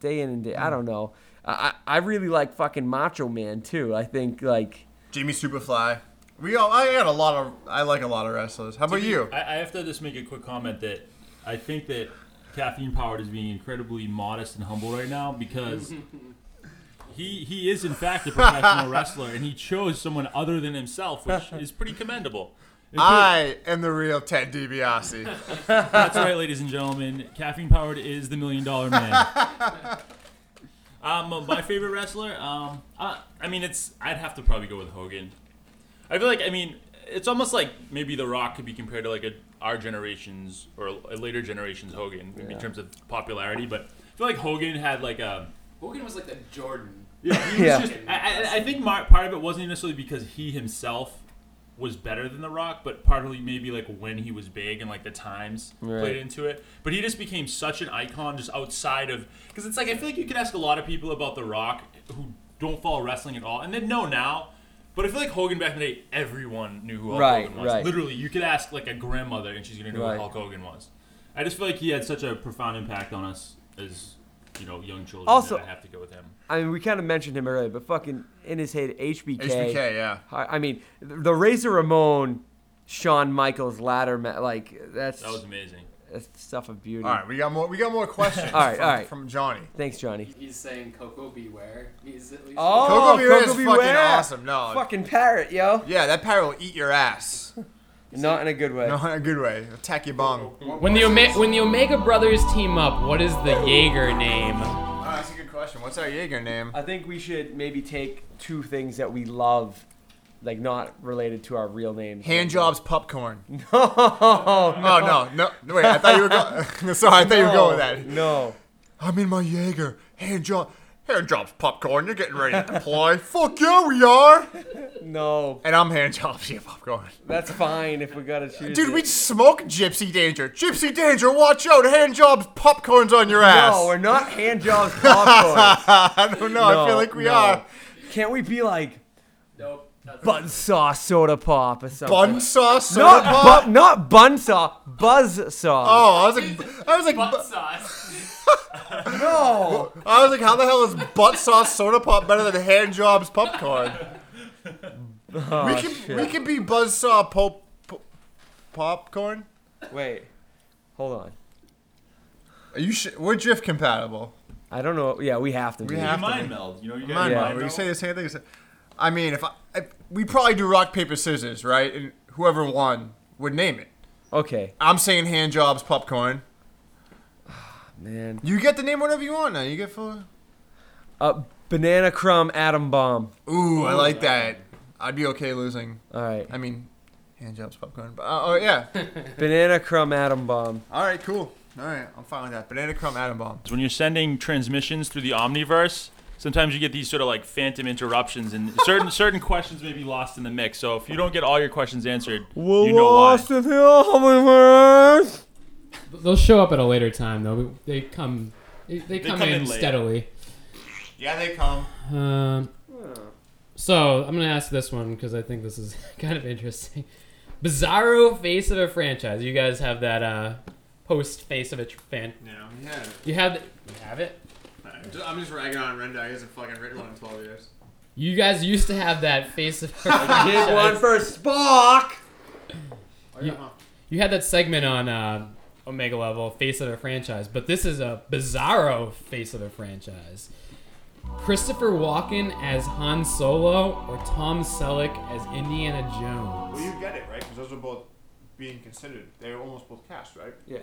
[SPEAKER 5] day in and day. I don't know. I I I really like fucking Macho Man too. I think like
[SPEAKER 4] Jimmy Superfly. We all I got a lot of I like a lot of wrestlers. How about you?
[SPEAKER 7] I, I have to just make a quick comment that I think that caffeine powered is being incredibly modest and humble right now because he he is in fact a professional wrestler and he chose someone other than himself, which is pretty commendable.
[SPEAKER 4] I am the real Ted DiBiase.
[SPEAKER 7] That's right, ladies and gentlemen. Caffeine powered is the million dollar man. um, uh, my favorite wrestler. Um, uh, I mean, it's I'd have to probably go with Hogan. I feel like I mean, it's almost like maybe The Rock could be compared to like a our generation's or a later generation's Hogan in terms of popularity, but I feel like Hogan had like a.
[SPEAKER 2] Hogan was like the Jordan.
[SPEAKER 5] yeah.
[SPEAKER 7] It's just- I, I- I think mar- part of it wasn't even necessarily because he himself was better than The Rock, but partly maybe like when he was big and like the times
[SPEAKER 5] Right.
[SPEAKER 7] played into it. But he just became such an icon just outside of because it's like I feel like you could ask a lot of people about The Rock who don't follow wrestling at all, and they'd know now. But I feel like Hogan back in the day, everyone knew who Hulk
[SPEAKER 5] Right,
[SPEAKER 7] Hogan was.
[SPEAKER 5] right.
[SPEAKER 7] Literally, you could ask like a grandmother, and she's gonna know
[SPEAKER 5] Right.
[SPEAKER 7] who Hulk Hogan was. I just feel like he had such a profound impact on us as you know young children.
[SPEAKER 5] Also-
[SPEAKER 7] that I have to go with him.
[SPEAKER 5] I mean, we kind of mentioned him earlier, but fucking in his head, HBK.
[SPEAKER 4] HBK, yeah.
[SPEAKER 5] I I mean, the the Razor Ramon, Shawn Michaels ladder, ma- like that's,
[SPEAKER 7] That was amazing.
[SPEAKER 5] that's stuff of beauty.
[SPEAKER 4] All right, we got more. We got more questions.
[SPEAKER 5] All right,
[SPEAKER 4] from,
[SPEAKER 5] all right.
[SPEAKER 4] From Johnny.
[SPEAKER 5] Thanks, Johnny.
[SPEAKER 2] He's saying Coco beware. He's at least
[SPEAKER 5] Oh,
[SPEAKER 4] Coco Beware
[SPEAKER 5] Coco
[SPEAKER 4] is fucking
[SPEAKER 5] Beware.
[SPEAKER 4] awesome. No,
[SPEAKER 5] Fucking parrot, yo.
[SPEAKER 4] yeah, that parrot will eat your ass.
[SPEAKER 5] Not in a good way.
[SPEAKER 4] No, in a good way. Attack your bong. All
[SPEAKER 2] When the Ome- when the Omega Brothers team up, what is the Jaeger name?
[SPEAKER 4] right, that's a good question. What's our Jaeger name?
[SPEAKER 5] I think we should maybe take two things that we love, like not related to our real names.
[SPEAKER 4] Hand jobs, popcorn.
[SPEAKER 5] Oh,
[SPEAKER 4] Oh no, no. no, Wait, I thought you were going. Sorry, I thought you were going with that.
[SPEAKER 5] No.
[SPEAKER 4] I'm in my Jaeger. Hand job. Hand jobs, popcorn. You're getting ready to deploy. Fuck yeah, we are.
[SPEAKER 5] No,
[SPEAKER 4] And I'm hand jobs, you popcorn.
[SPEAKER 5] that's fine if we gotta choose.
[SPEAKER 4] Dude,
[SPEAKER 5] it.
[SPEAKER 4] we smoke Gypsy Danger. Gypsy Danger, watch out! Hand jobs, popcorns on your ass.
[SPEAKER 5] No, we're not hand jobs popcorn.
[SPEAKER 4] I don't know. I feel
[SPEAKER 5] No,
[SPEAKER 4] like we
[SPEAKER 5] no.
[SPEAKER 4] are.
[SPEAKER 5] Can't we be like
[SPEAKER 2] Nope. that's-
[SPEAKER 5] bun saw soda pop or something?
[SPEAKER 4] Bun sauce, soda
[SPEAKER 5] not
[SPEAKER 4] pop.
[SPEAKER 5] bu- not bun saw, buzz saw.
[SPEAKER 4] oh, I was like, I was like,
[SPEAKER 2] Butt
[SPEAKER 4] bu-
[SPEAKER 2] sauce.
[SPEAKER 5] no.
[SPEAKER 4] I was like, how the hell is butt sauce soda pop better than hand jobs popcorn?
[SPEAKER 5] Oh,
[SPEAKER 4] we can we can be buzz saw pop, pop- popcorn.
[SPEAKER 5] Wait, hold on.
[SPEAKER 4] Are you sh- we're drift compatible.
[SPEAKER 5] I don't know. Yeah, we have to.
[SPEAKER 4] We
[SPEAKER 5] do
[SPEAKER 4] have
[SPEAKER 5] it.
[SPEAKER 4] to.
[SPEAKER 7] Mind meld, you know, you
[SPEAKER 4] Mine,
[SPEAKER 7] guys
[SPEAKER 5] Yeah.
[SPEAKER 4] mine.
[SPEAKER 7] mind
[SPEAKER 4] We
[SPEAKER 7] meld.
[SPEAKER 4] say the same thing. I mean, if I, if we probably do rock paper scissors, right? And whoever won would name it.
[SPEAKER 5] Okay,
[SPEAKER 4] I'm saying hand jobs popcorn.
[SPEAKER 5] man.
[SPEAKER 4] You get to name whatever you want now. You get for.
[SPEAKER 5] Uh, banana crumb atom bomb.
[SPEAKER 4] Ooh, I like that. I'd be okay losing.
[SPEAKER 5] All right,
[SPEAKER 4] I mean, hand jobs popcorn. But uh, oh yeah.
[SPEAKER 5] banana crumb atom bomb.
[SPEAKER 4] All right, cool. All right, I'm fine with that. Banana crumb atom bomb.
[SPEAKER 7] When you're sending transmissions through the omniverse, sometimes you get these sort of like phantom interruptions, and certain certain questions may be lost in the mix. So if you don't get all your questions answered, you know why.
[SPEAKER 5] in the omniverse.
[SPEAKER 2] They'll show up at a later time though. They come. They, they come,
[SPEAKER 7] come
[SPEAKER 2] in,
[SPEAKER 7] in late.
[SPEAKER 2] steadily.
[SPEAKER 4] Yeah, they come.
[SPEAKER 2] Um. So I'm gonna ask this one because I think this is kind of interesting. Bizarro face of a franchise. You guys have that uh, post face of a tr- fan.
[SPEAKER 4] Yeah, yeah.
[SPEAKER 2] You have you have it.
[SPEAKER 4] I'm just ragging on Rendai. He hasn't fucking written one in 12 years.
[SPEAKER 2] You guys used to have that face of.
[SPEAKER 5] Get one for Spock.
[SPEAKER 4] Oh,
[SPEAKER 2] You had that segment on uh, Omega Level, face of a franchise, but this is a bizarro face of a franchise. Christopher Walken as Han Solo or Tom Selleck as Indiana Jones?
[SPEAKER 4] you get it, right? Because those are both being considered. They were almost both cast, right?
[SPEAKER 5] Yeah.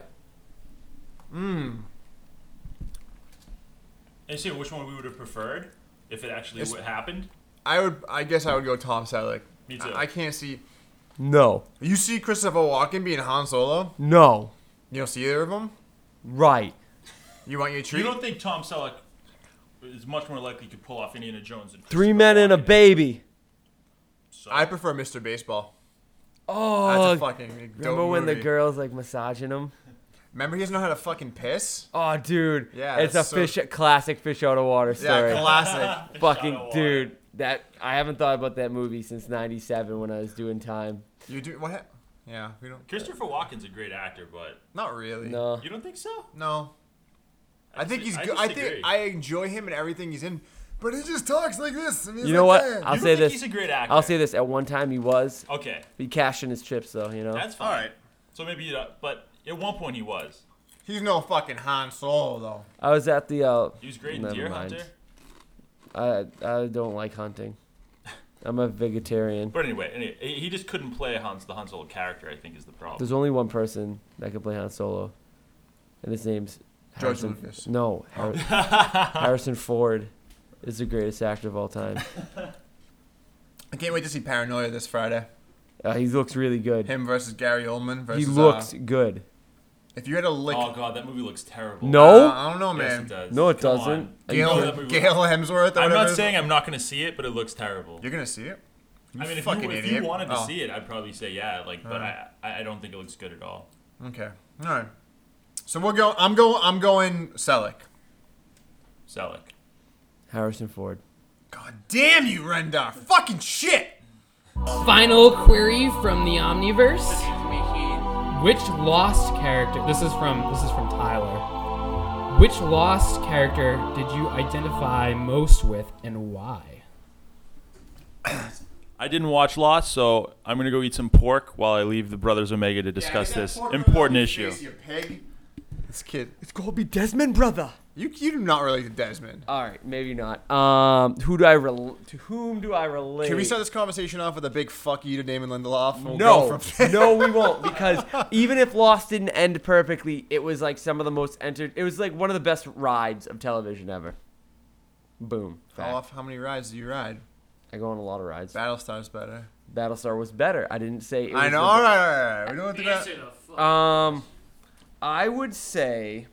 [SPEAKER 7] And see which one we would have preferred if it actually would happened.
[SPEAKER 4] I would. I guess I would go Tom Selleck.
[SPEAKER 7] Me too.
[SPEAKER 4] I, I can't see.
[SPEAKER 5] No.
[SPEAKER 4] You see Christopher Walken being Han Solo.
[SPEAKER 5] No.
[SPEAKER 4] You don't see either of them.
[SPEAKER 5] Right.
[SPEAKER 4] You want your treat?
[SPEAKER 7] You don't think Tom Selleck is much more likely to pull off Indiana Jones than
[SPEAKER 5] Three
[SPEAKER 7] Christopher
[SPEAKER 5] men and a
[SPEAKER 7] Walken.
[SPEAKER 5] baby.
[SPEAKER 7] So,
[SPEAKER 4] I prefer Mr. Baseball. That's
[SPEAKER 5] Oh.
[SPEAKER 4] a fucking. Dope
[SPEAKER 5] remember when the
[SPEAKER 4] movie.
[SPEAKER 5] girl's like massaging him?
[SPEAKER 4] Remember he doesn't know how to fucking piss.
[SPEAKER 5] Oh, dude.
[SPEAKER 4] Yeah,
[SPEAKER 5] It's a
[SPEAKER 4] that's so-
[SPEAKER 5] fish, classic fish out of water
[SPEAKER 4] Yeah,
[SPEAKER 5] story.
[SPEAKER 4] classic.
[SPEAKER 5] Fucking
[SPEAKER 7] Out of water.
[SPEAKER 5] dude. That I haven't thought about that movie since '97 when I was doing time.
[SPEAKER 4] you do what? hap- Yeah, we don't.
[SPEAKER 7] Christopher Walken's a great actor, but
[SPEAKER 4] Not really.
[SPEAKER 5] No.
[SPEAKER 7] you don't think so?
[SPEAKER 4] No. I think he's good. I think
[SPEAKER 7] disagree.
[SPEAKER 4] I enjoy him and everything he's in, but he just talks like this. And he's
[SPEAKER 5] You know
[SPEAKER 4] like "Eh."
[SPEAKER 5] what?
[SPEAKER 4] that.
[SPEAKER 5] I'll
[SPEAKER 7] You don't
[SPEAKER 5] say
[SPEAKER 7] think
[SPEAKER 5] this.
[SPEAKER 7] He's a great actor.
[SPEAKER 5] I'll say this. At one time, he was.
[SPEAKER 7] Okay,
[SPEAKER 5] He cashed in his chips, though. You know.
[SPEAKER 7] that's fine. All right. So maybe, you don't- but at one point he was.
[SPEAKER 4] He's no fucking Han Solo though.
[SPEAKER 5] I was at the. Uh,
[SPEAKER 7] He was great in
[SPEAKER 5] Never
[SPEAKER 7] Deer
[SPEAKER 5] mind.
[SPEAKER 7] Hunter.
[SPEAKER 5] I I don't like hunting. I'm a vegetarian.
[SPEAKER 7] But anyway, anyway, he he just couldn't play Hans the Han Solo character. I think is the problem.
[SPEAKER 5] There's only one person that can play Han Solo, and his name's
[SPEAKER 4] George
[SPEAKER 5] Harrison-
[SPEAKER 4] Lucas.
[SPEAKER 5] No, Har- Harrison Ford is the greatest actor of all time.
[SPEAKER 4] I can't wait to see Paranoia this Friday.
[SPEAKER 5] Uh, he looks really good.
[SPEAKER 4] Him versus Gary Oldman versus.
[SPEAKER 5] He
[SPEAKER 4] uh,
[SPEAKER 5] looks good.
[SPEAKER 4] if you had a lick.
[SPEAKER 7] oh god, that movie looks terrible.
[SPEAKER 4] uh,
[SPEAKER 5] No,
[SPEAKER 4] I don't know,
[SPEAKER 7] Yes,
[SPEAKER 4] man.
[SPEAKER 7] it does.
[SPEAKER 5] no, it
[SPEAKER 7] Come
[SPEAKER 5] doesn't.
[SPEAKER 7] on.
[SPEAKER 5] Are you
[SPEAKER 4] Gail,
[SPEAKER 7] know that movie
[SPEAKER 4] Gail Hemsworth. Or
[SPEAKER 7] I'm
[SPEAKER 4] whatever
[SPEAKER 7] not
[SPEAKER 4] his-
[SPEAKER 7] saying I'm not going to see it, but it looks terrible.
[SPEAKER 4] You're gonna see it.
[SPEAKER 7] I mean, if
[SPEAKER 4] fucking
[SPEAKER 7] you, if
[SPEAKER 4] idiot.
[SPEAKER 7] you wanted to
[SPEAKER 4] Oh.
[SPEAKER 7] see it, I'd probably say yeah. Like, but I I I don't think it looks good at all.
[SPEAKER 4] Okay. All right. So we'll go. I'm going. I'm going Selleck.
[SPEAKER 7] Selleck.
[SPEAKER 5] Harrison Ford.
[SPEAKER 4] God damn you, Rendar. Fucking shit.
[SPEAKER 2] Final query from the Omniverse. Which lost character? This is from this is from Tyler. Which lost character did you identify most with and why?
[SPEAKER 7] I didn't watch Lost, so I'm gonna go eat some pork while I leave the Brothers Omega to discuss this important issue.
[SPEAKER 4] You pig. This kid.
[SPEAKER 5] It's gonna be Desmond, brother.
[SPEAKER 4] You you do not relate to Desmond.
[SPEAKER 5] All right, maybe not. Um, who do I rel- to whom do I relate?
[SPEAKER 4] Can we start this conversation off with a big fuck you to Damon Lindelof? We'll go
[SPEAKER 5] No,
[SPEAKER 4] from-
[SPEAKER 5] no, we won't because even if Lost didn't end perfectly, it was like some of the most entered. It was like one of the best rides of television ever. Boom.
[SPEAKER 4] How
[SPEAKER 5] Fact.
[SPEAKER 4] off? How many rides do you ride?
[SPEAKER 5] I go on a lot of rides.
[SPEAKER 4] Battlestar's better.
[SPEAKER 5] Battlestar was better. I didn't say. It was
[SPEAKER 4] I know.
[SPEAKER 5] the-
[SPEAKER 4] All right, all right, all right. We don't have to go.
[SPEAKER 5] Um, I would say.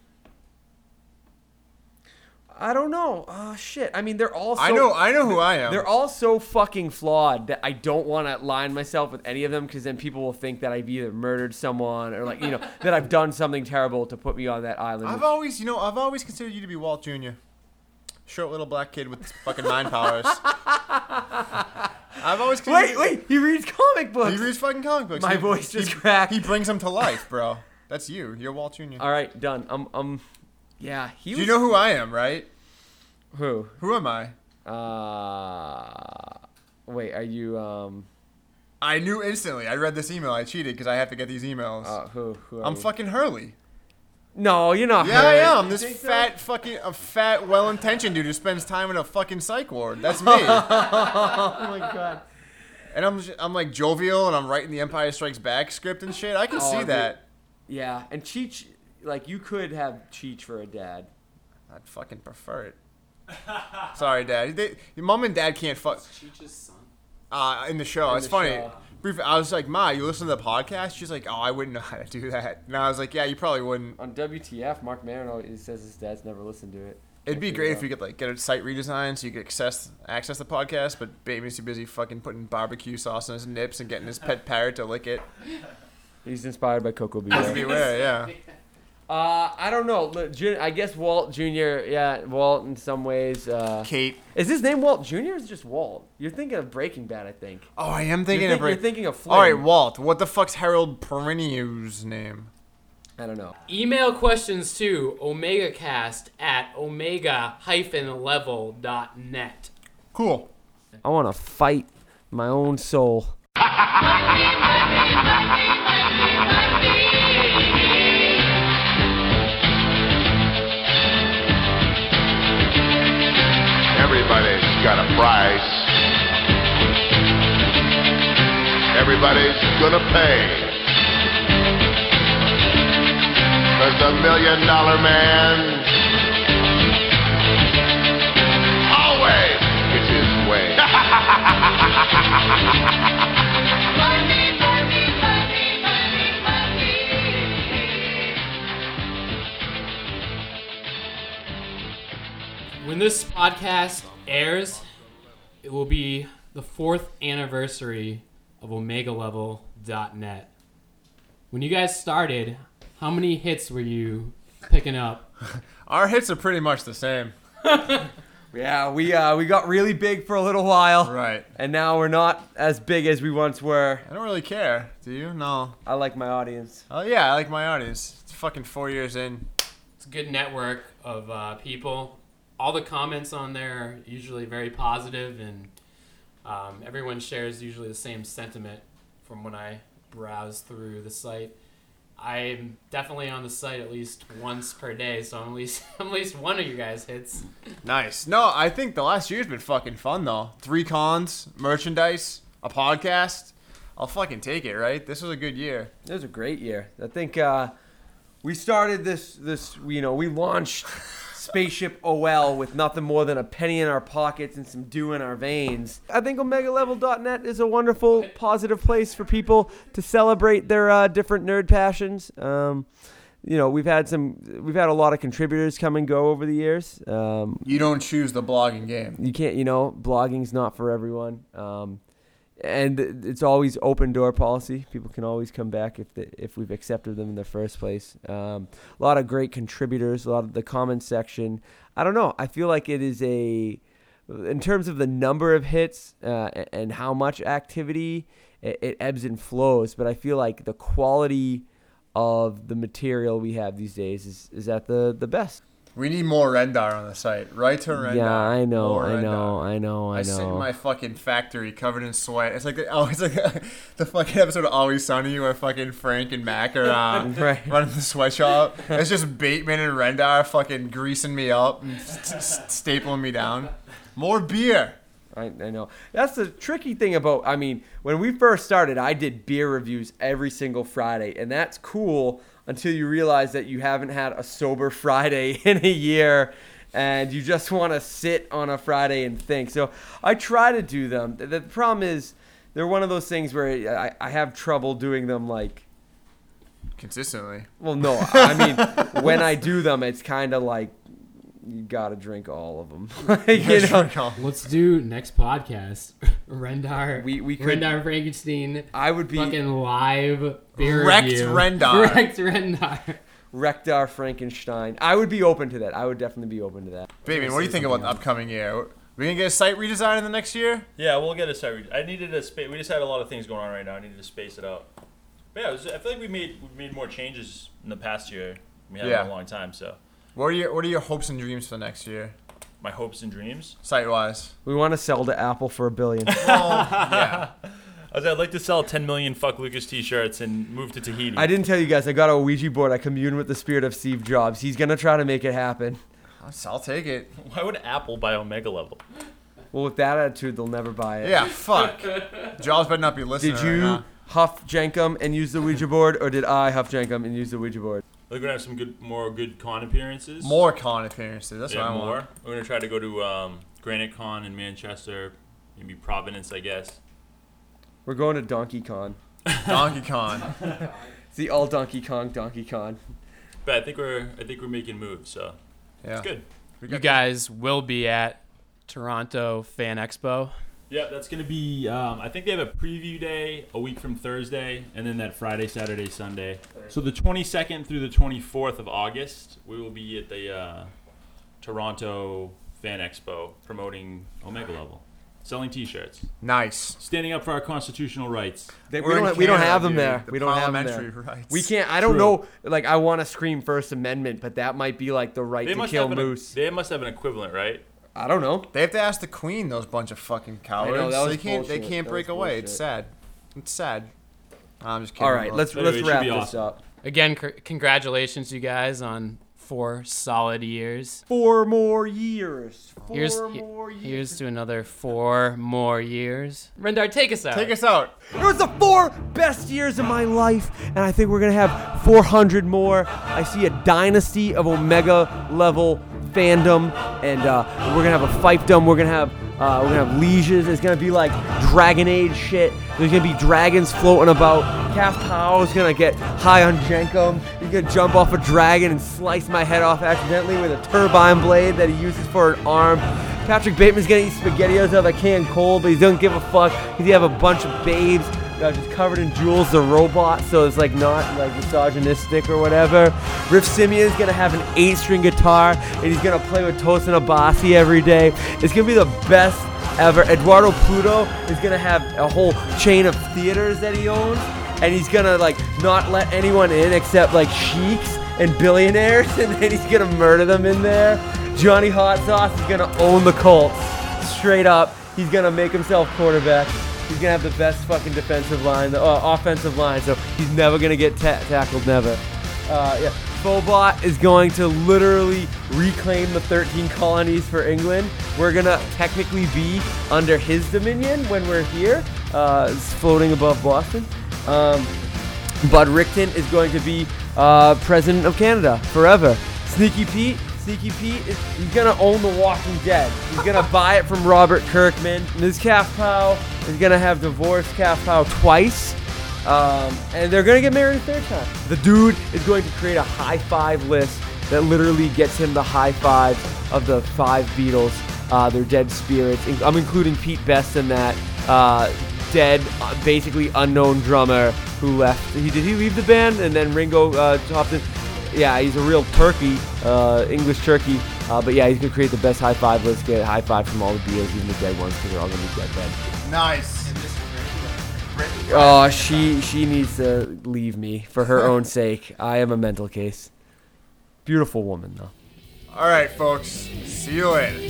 [SPEAKER 5] I don't know. Ah, shit. I mean, they're all. So,
[SPEAKER 4] I know. I know who I am.
[SPEAKER 5] They're all so fucking flawed that I don't want to align myself with any of them because then people will think that I've either murdered someone or like you know that I've done something terrible to put me on that island.
[SPEAKER 4] I've always, you know, I've always considered you to be Walt Jr. Short little black kid with fucking mind powers. I've always
[SPEAKER 5] wait,
[SPEAKER 4] considered.
[SPEAKER 5] wait. He reads comic books.
[SPEAKER 4] He reads fucking comic books.
[SPEAKER 5] My
[SPEAKER 4] He-
[SPEAKER 5] voice
[SPEAKER 4] he-
[SPEAKER 5] just cracked.
[SPEAKER 4] He brings them to life, bro. That's you. You're Walt Jr.
[SPEAKER 5] all right, done. Um, um, yeah. He.
[SPEAKER 4] Do
[SPEAKER 5] was,
[SPEAKER 4] you know who I am, right?
[SPEAKER 5] who?
[SPEAKER 4] Who am I?
[SPEAKER 5] Uh, wait. Are you um?
[SPEAKER 4] I knew instantly. I read this email. I cheated because I have to get these emails.
[SPEAKER 5] Uh, who? Who? Are
[SPEAKER 4] I'm
[SPEAKER 5] you?
[SPEAKER 4] fucking Hurley.
[SPEAKER 5] No, you're not.
[SPEAKER 4] Yeah, I
[SPEAKER 5] hurt.
[SPEAKER 4] am. This fat fucking a fat, well-intentioned dude who spends time in a fucking psych ward. That's me.
[SPEAKER 5] Oh my god.
[SPEAKER 4] and I'm j- I'm like jovial and I'm writing the Empire Strikes Back script and shit. I can
[SPEAKER 5] Oh,
[SPEAKER 4] see
[SPEAKER 5] dude.
[SPEAKER 4] that.
[SPEAKER 5] Yeah, and Cheech, like you could have Cheech for a dad.
[SPEAKER 4] I'd fucking prefer it. Sorry, Dad. They, your mom and Dad can't fuck.
[SPEAKER 2] Cheech's son.
[SPEAKER 4] Uh, in the show, it's
[SPEAKER 5] the
[SPEAKER 4] funny.
[SPEAKER 5] show.
[SPEAKER 4] Brief. I was like, Ma, you listen to the podcast? She's like, Oh, I wouldn't know how to do that. And I was like, Yeah, you probably wouldn't.
[SPEAKER 5] On WTF, Mark Maron always says his dad's never listened to it.
[SPEAKER 4] It'd be
[SPEAKER 5] Check it
[SPEAKER 4] great if
[SPEAKER 5] out.
[SPEAKER 4] you could like get a site redesigned so you could access access the podcast. But baby's too busy fucking putting barbecue sauce on his nips and getting his pet parrot to lick it.
[SPEAKER 5] He's inspired by Coco
[SPEAKER 4] Just
[SPEAKER 5] Beware.
[SPEAKER 4] Beware, yeah.
[SPEAKER 5] uh, I don't know. Look, Jun- I guess Walt Jr. Yeah, Walt in some ways. Uh,
[SPEAKER 4] Kate.
[SPEAKER 5] is his name Walt Jr. or is it just Walt? You're thinking of Breaking Bad, I think.
[SPEAKER 4] Oh, I am
[SPEAKER 5] You're,
[SPEAKER 4] thinking
[SPEAKER 5] think-
[SPEAKER 4] of.
[SPEAKER 5] you're
[SPEAKER 4] Rick.
[SPEAKER 5] thinking of Flynn.
[SPEAKER 4] All right, Walt. What the fuck's Harold Perrineau's name?
[SPEAKER 5] I don't know.
[SPEAKER 2] Email questions to omegacast at omega-level.net.
[SPEAKER 4] Cool.
[SPEAKER 5] I want to fight my own soul.
[SPEAKER 11] Everybody's got a price. Everybody's gonna pay. There's a million dollar man. Always it's his way.
[SPEAKER 2] When this podcast airs, it will be the fourth anniversary of OmegaLevel.net. When you guys started, how many hits were you picking up?
[SPEAKER 4] Our hits are pretty much the same.
[SPEAKER 5] Yeah, we uh, we got really big for a little while,
[SPEAKER 4] Right.
[SPEAKER 5] and now we're not as big as we once were.
[SPEAKER 4] I don't really care. Do you? No.
[SPEAKER 5] I like my audience.
[SPEAKER 4] Oh yeah, I like my audience. It's fucking four years in.
[SPEAKER 2] It's a good network of uh, people. All the comments on there are usually very positive, and um, everyone shares usually the same sentiment from when I browse through the site. I'm definitely on the site at least once per day, so I'm at least I'm at least one of you guys hits.
[SPEAKER 4] Nice. No, I think the last year's been fucking fun though. Three cons, merchandise, a podcast. I'll fucking take it, right? This was a good year.
[SPEAKER 5] It was a great year. I think uh, we started this this you know we launched Spaceship OL with nothing more than a penny in our pockets and some dew in our veins. I think OmegaLevel.net is a wonderful positive place for people to celebrate their uh, different nerd passions. Um, you know we've had some we've had a lot of contributors come and go over the years. Um,
[SPEAKER 4] You don't choose the blogging game.
[SPEAKER 5] you can't you know blogging's not for everyone um, and it's always open door policy people can always come back if the, if we've accepted them in the first place um, a lot of great contributors a lot of the comment section i don't know i feel like it is a in terms of the number of hits uh, a- and how much activity it, it ebbs and flows but i feel like the quality of the material we have these days is, is at the, the best
[SPEAKER 4] We need more Rendar on the site. Right to Rendar.
[SPEAKER 5] yeah i know
[SPEAKER 4] More
[SPEAKER 5] i
[SPEAKER 4] Rendar.
[SPEAKER 5] know i know i know
[SPEAKER 4] I sit in my fucking factory covered in sweat. It's like the, oh, it's like the fucking episode of Always Sunny where fucking Frank and Mac are uh,
[SPEAKER 5] Right.
[SPEAKER 4] running the sweatshop. It's just Bateman and Rendar fucking greasing me up and s- s- stapling me down. More beer.
[SPEAKER 5] I, I know. That's the tricky thing about. I mean, when we first started, I did beer reviews every single Friday, and that's cool until you realize that you haven't had a sober Friday in a year, and you just want to sit on a Friday and think. So I try to do them. The, the problem is, they're one of those things where I, I have trouble doing them like
[SPEAKER 4] Consistently.
[SPEAKER 5] well, no, I mean, when I do them, it's kind of like you gotta drink all of them. like, you know,
[SPEAKER 2] Let's do next podcast. Rendar,
[SPEAKER 5] We- we could-
[SPEAKER 2] Rendar Frankenstein,
[SPEAKER 5] I would be
[SPEAKER 2] fucking live beer
[SPEAKER 4] Wrecked
[SPEAKER 2] review.
[SPEAKER 4] Rendar.
[SPEAKER 2] wrecked Rendar.
[SPEAKER 5] Rectar Frankenstein. I would be open to that. I would definitely be open to that.
[SPEAKER 4] Bateman, what do you think about the upcoming year? We gonna get a site redesign in the next year?
[SPEAKER 7] Yeah, we'll get a site. I needed a space. We just had a lot of things going on right now. I needed to space it out. But yeah, it was, I feel like we made we made more changes in the past year. than We had
[SPEAKER 4] Yeah.
[SPEAKER 7] in a long time. So
[SPEAKER 4] What are your What are your hopes and dreams for the next year,
[SPEAKER 7] my hopes and dreams.
[SPEAKER 4] site wise?
[SPEAKER 5] We want to sell to Apple for a billion.
[SPEAKER 7] I was, I'd like to sell 10 million fuck Lucas T-shirts and move to Tahiti.
[SPEAKER 5] I didn't tell you guys. I got a Ouija board. I commune with the spirit of Steve Jobs. He's gonna try to make it happen.
[SPEAKER 4] I'll take it.
[SPEAKER 7] Why would Apple buy Omega Level?
[SPEAKER 5] Well, with that attitude, they'll never buy it.
[SPEAKER 4] Yeah, fuck. Jaws better not be listening.
[SPEAKER 5] Did
[SPEAKER 4] right
[SPEAKER 5] you
[SPEAKER 4] now.
[SPEAKER 5] huff Jenkum and use the Ouija board, or did I huff Jenkum and use the Ouija board?
[SPEAKER 7] We're gonna have some good, more good con appearances.
[SPEAKER 4] more con appearances? That's
[SPEAKER 7] yeah,
[SPEAKER 4] what I want.
[SPEAKER 7] more. We're gonna try to go to um, Granite Con in Manchester, maybe Providence, I guess.
[SPEAKER 5] We're going to Donkey Kong.
[SPEAKER 4] Donkey Kong.
[SPEAKER 5] It's the all Donkey Kong Donkey Kong.
[SPEAKER 7] But I think we're, I think we're making moves. So
[SPEAKER 4] Yeah.
[SPEAKER 7] it's good.
[SPEAKER 2] You guys will be at Toronto Fan Expo.
[SPEAKER 7] Yeah, that's gonna be. Um, I think they have a preview day a week from Thursday, and then that Friday, Saturday, Sunday. So the 22nd through the 24th of August, we will be at the uh, Toronto Fan Expo promoting Omega Level, selling T-shirts,
[SPEAKER 4] Nice.
[SPEAKER 7] standing up for our constitutional rights.
[SPEAKER 5] They, we
[SPEAKER 4] We're
[SPEAKER 5] don't,
[SPEAKER 4] in
[SPEAKER 5] ha- we don't
[SPEAKER 4] Canada,
[SPEAKER 5] have them
[SPEAKER 4] dude.
[SPEAKER 5] there.
[SPEAKER 4] The
[SPEAKER 5] we don't have them
[SPEAKER 4] parliamentary
[SPEAKER 5] there.
[SPEAKER 4] rights.
[SPEAKER 5] We can't. I don't know. Like I want to scream First Amendment, but that might be like the right
[SPEAKER 7] They
[SPEAKER 5] to
[SPEAKER 7] must
[SPEAKER 5] kill
[SPEAKER 7] have
[SPEAKER 5] moose.
[SPEAKER 7] An, they must have an equivalent, right?
[SPEAKER 5] I don't know.
[SPEAKER 4] They have to ask the Queen. Those bunch of fucking cowards.
[SPEAKER 5] that was
[SPEAKER 4] they can't. They
[SPEAKER 5] bullshit.
[SPEAKER 4] can't
[SPEAKER 5] That
[SPEAKER 4] break
[SPEAKER 5] was
[SPEAKER 4] away. It's
[SPEAKER 5] bullshit.
[SPEAKER 4] sad. It's sad. I'm just kidding.
[SPEAKER 5] All right,
[SPEAKER 4] bro.
[SPEAKER 5] let's
[SPEAKER 7] Anyway,
[SPEAKER 5] let's
[SPEAKER 7] it should
[SPEAKER 5] wrap
[SPEAKER 7] be
[SPEAKER 5] this
[SPEAKER 7] awesome.
[SPEAKER 5] up.
[SPEAKER 2] Again, c- congratulations, you guys, on four solid years.
[SPEAKER 5] Four more years. Four
[SPEAKER 2] Here's
[SPEAKER 5] more years.
[SPEAKER 2] here's to another four more years. Rendar, take us out.
[SPEAKER 4] Take us out.
[SPEAKER 5] It was the four best years of my life, and I think we're gonna have 400 more. I see a dynasty of Omega level fandom, and uh, we're gonna have a fiefdom. We're gonna have uh, we're gonna have lieges. It's gonna be like Dragon Age shit. There's gonna be dragons floating about. Cast Powell's gonna get high on Jenkum. He's gonna jump off a dragon and slice my head off accidentally with a turbine blade that he uses for an arm. Patrick Bateman's gonna eat spaghettios out of a can cold, but he doesn't give a fuck because he have a bunch of babes that are just covered in jewels. The robot, so it's like not like misogynistic or whatever. Riff Simeon's gonna have an eight-string guitar and he's gonna play with Tosin Abasi every day. It's gonna be the best ever. Eduardo Pluto is gonna have a whole chain of theaters that he owns, and he's gonna like not let anyone in except like sheiks and billionaires, and then he's gonna murder them in there. Johnny Hot Sauce is gonna own the Colts straight up. He's gonna make himself quarterback. He's gonna have the best fucking defensive line, the uh, offensive line. So he's never gonna get ta- tackled, never. Uh, yeah, Phobot is going to literally reclaim the 13 colonies for England. We're gonna technically be under his dominion when we're here, uh, it's floating above Boston. Um, Bud Ricton is going to be uh, president of Canada forever. Sneaky Pete, Sneaky Pete, is, he's gonna own The Walking Dead. He's gonna buy it from Robert Kirkman. Ms. Kapow is gonna have divorced Kapow twice, um, and they're gonna get married a third time. The dude is going to create a high five list that literally gets him the high fives of the five Beatles, uh, their dead spirits. In- I'm including Pete Best in that. Uh, dead, uh, basically unknown drummer who left. He did he leave the band and then Ringo uh, hopped in. Yeah, he's a real turkey, uh, English turkey. Uh, but yeah, he's gonna create the best high five. Let's get a high five from all the Beatles, even the dead ones, because they're all gonna be dead then.
[SPEAKER 4] Nice.
[SPEAKER 5] Oh, she she needs to leave me for her own sake. I am a mental case. Beautiful woman though.
[SPEAKER 4] All right, folks. See you later.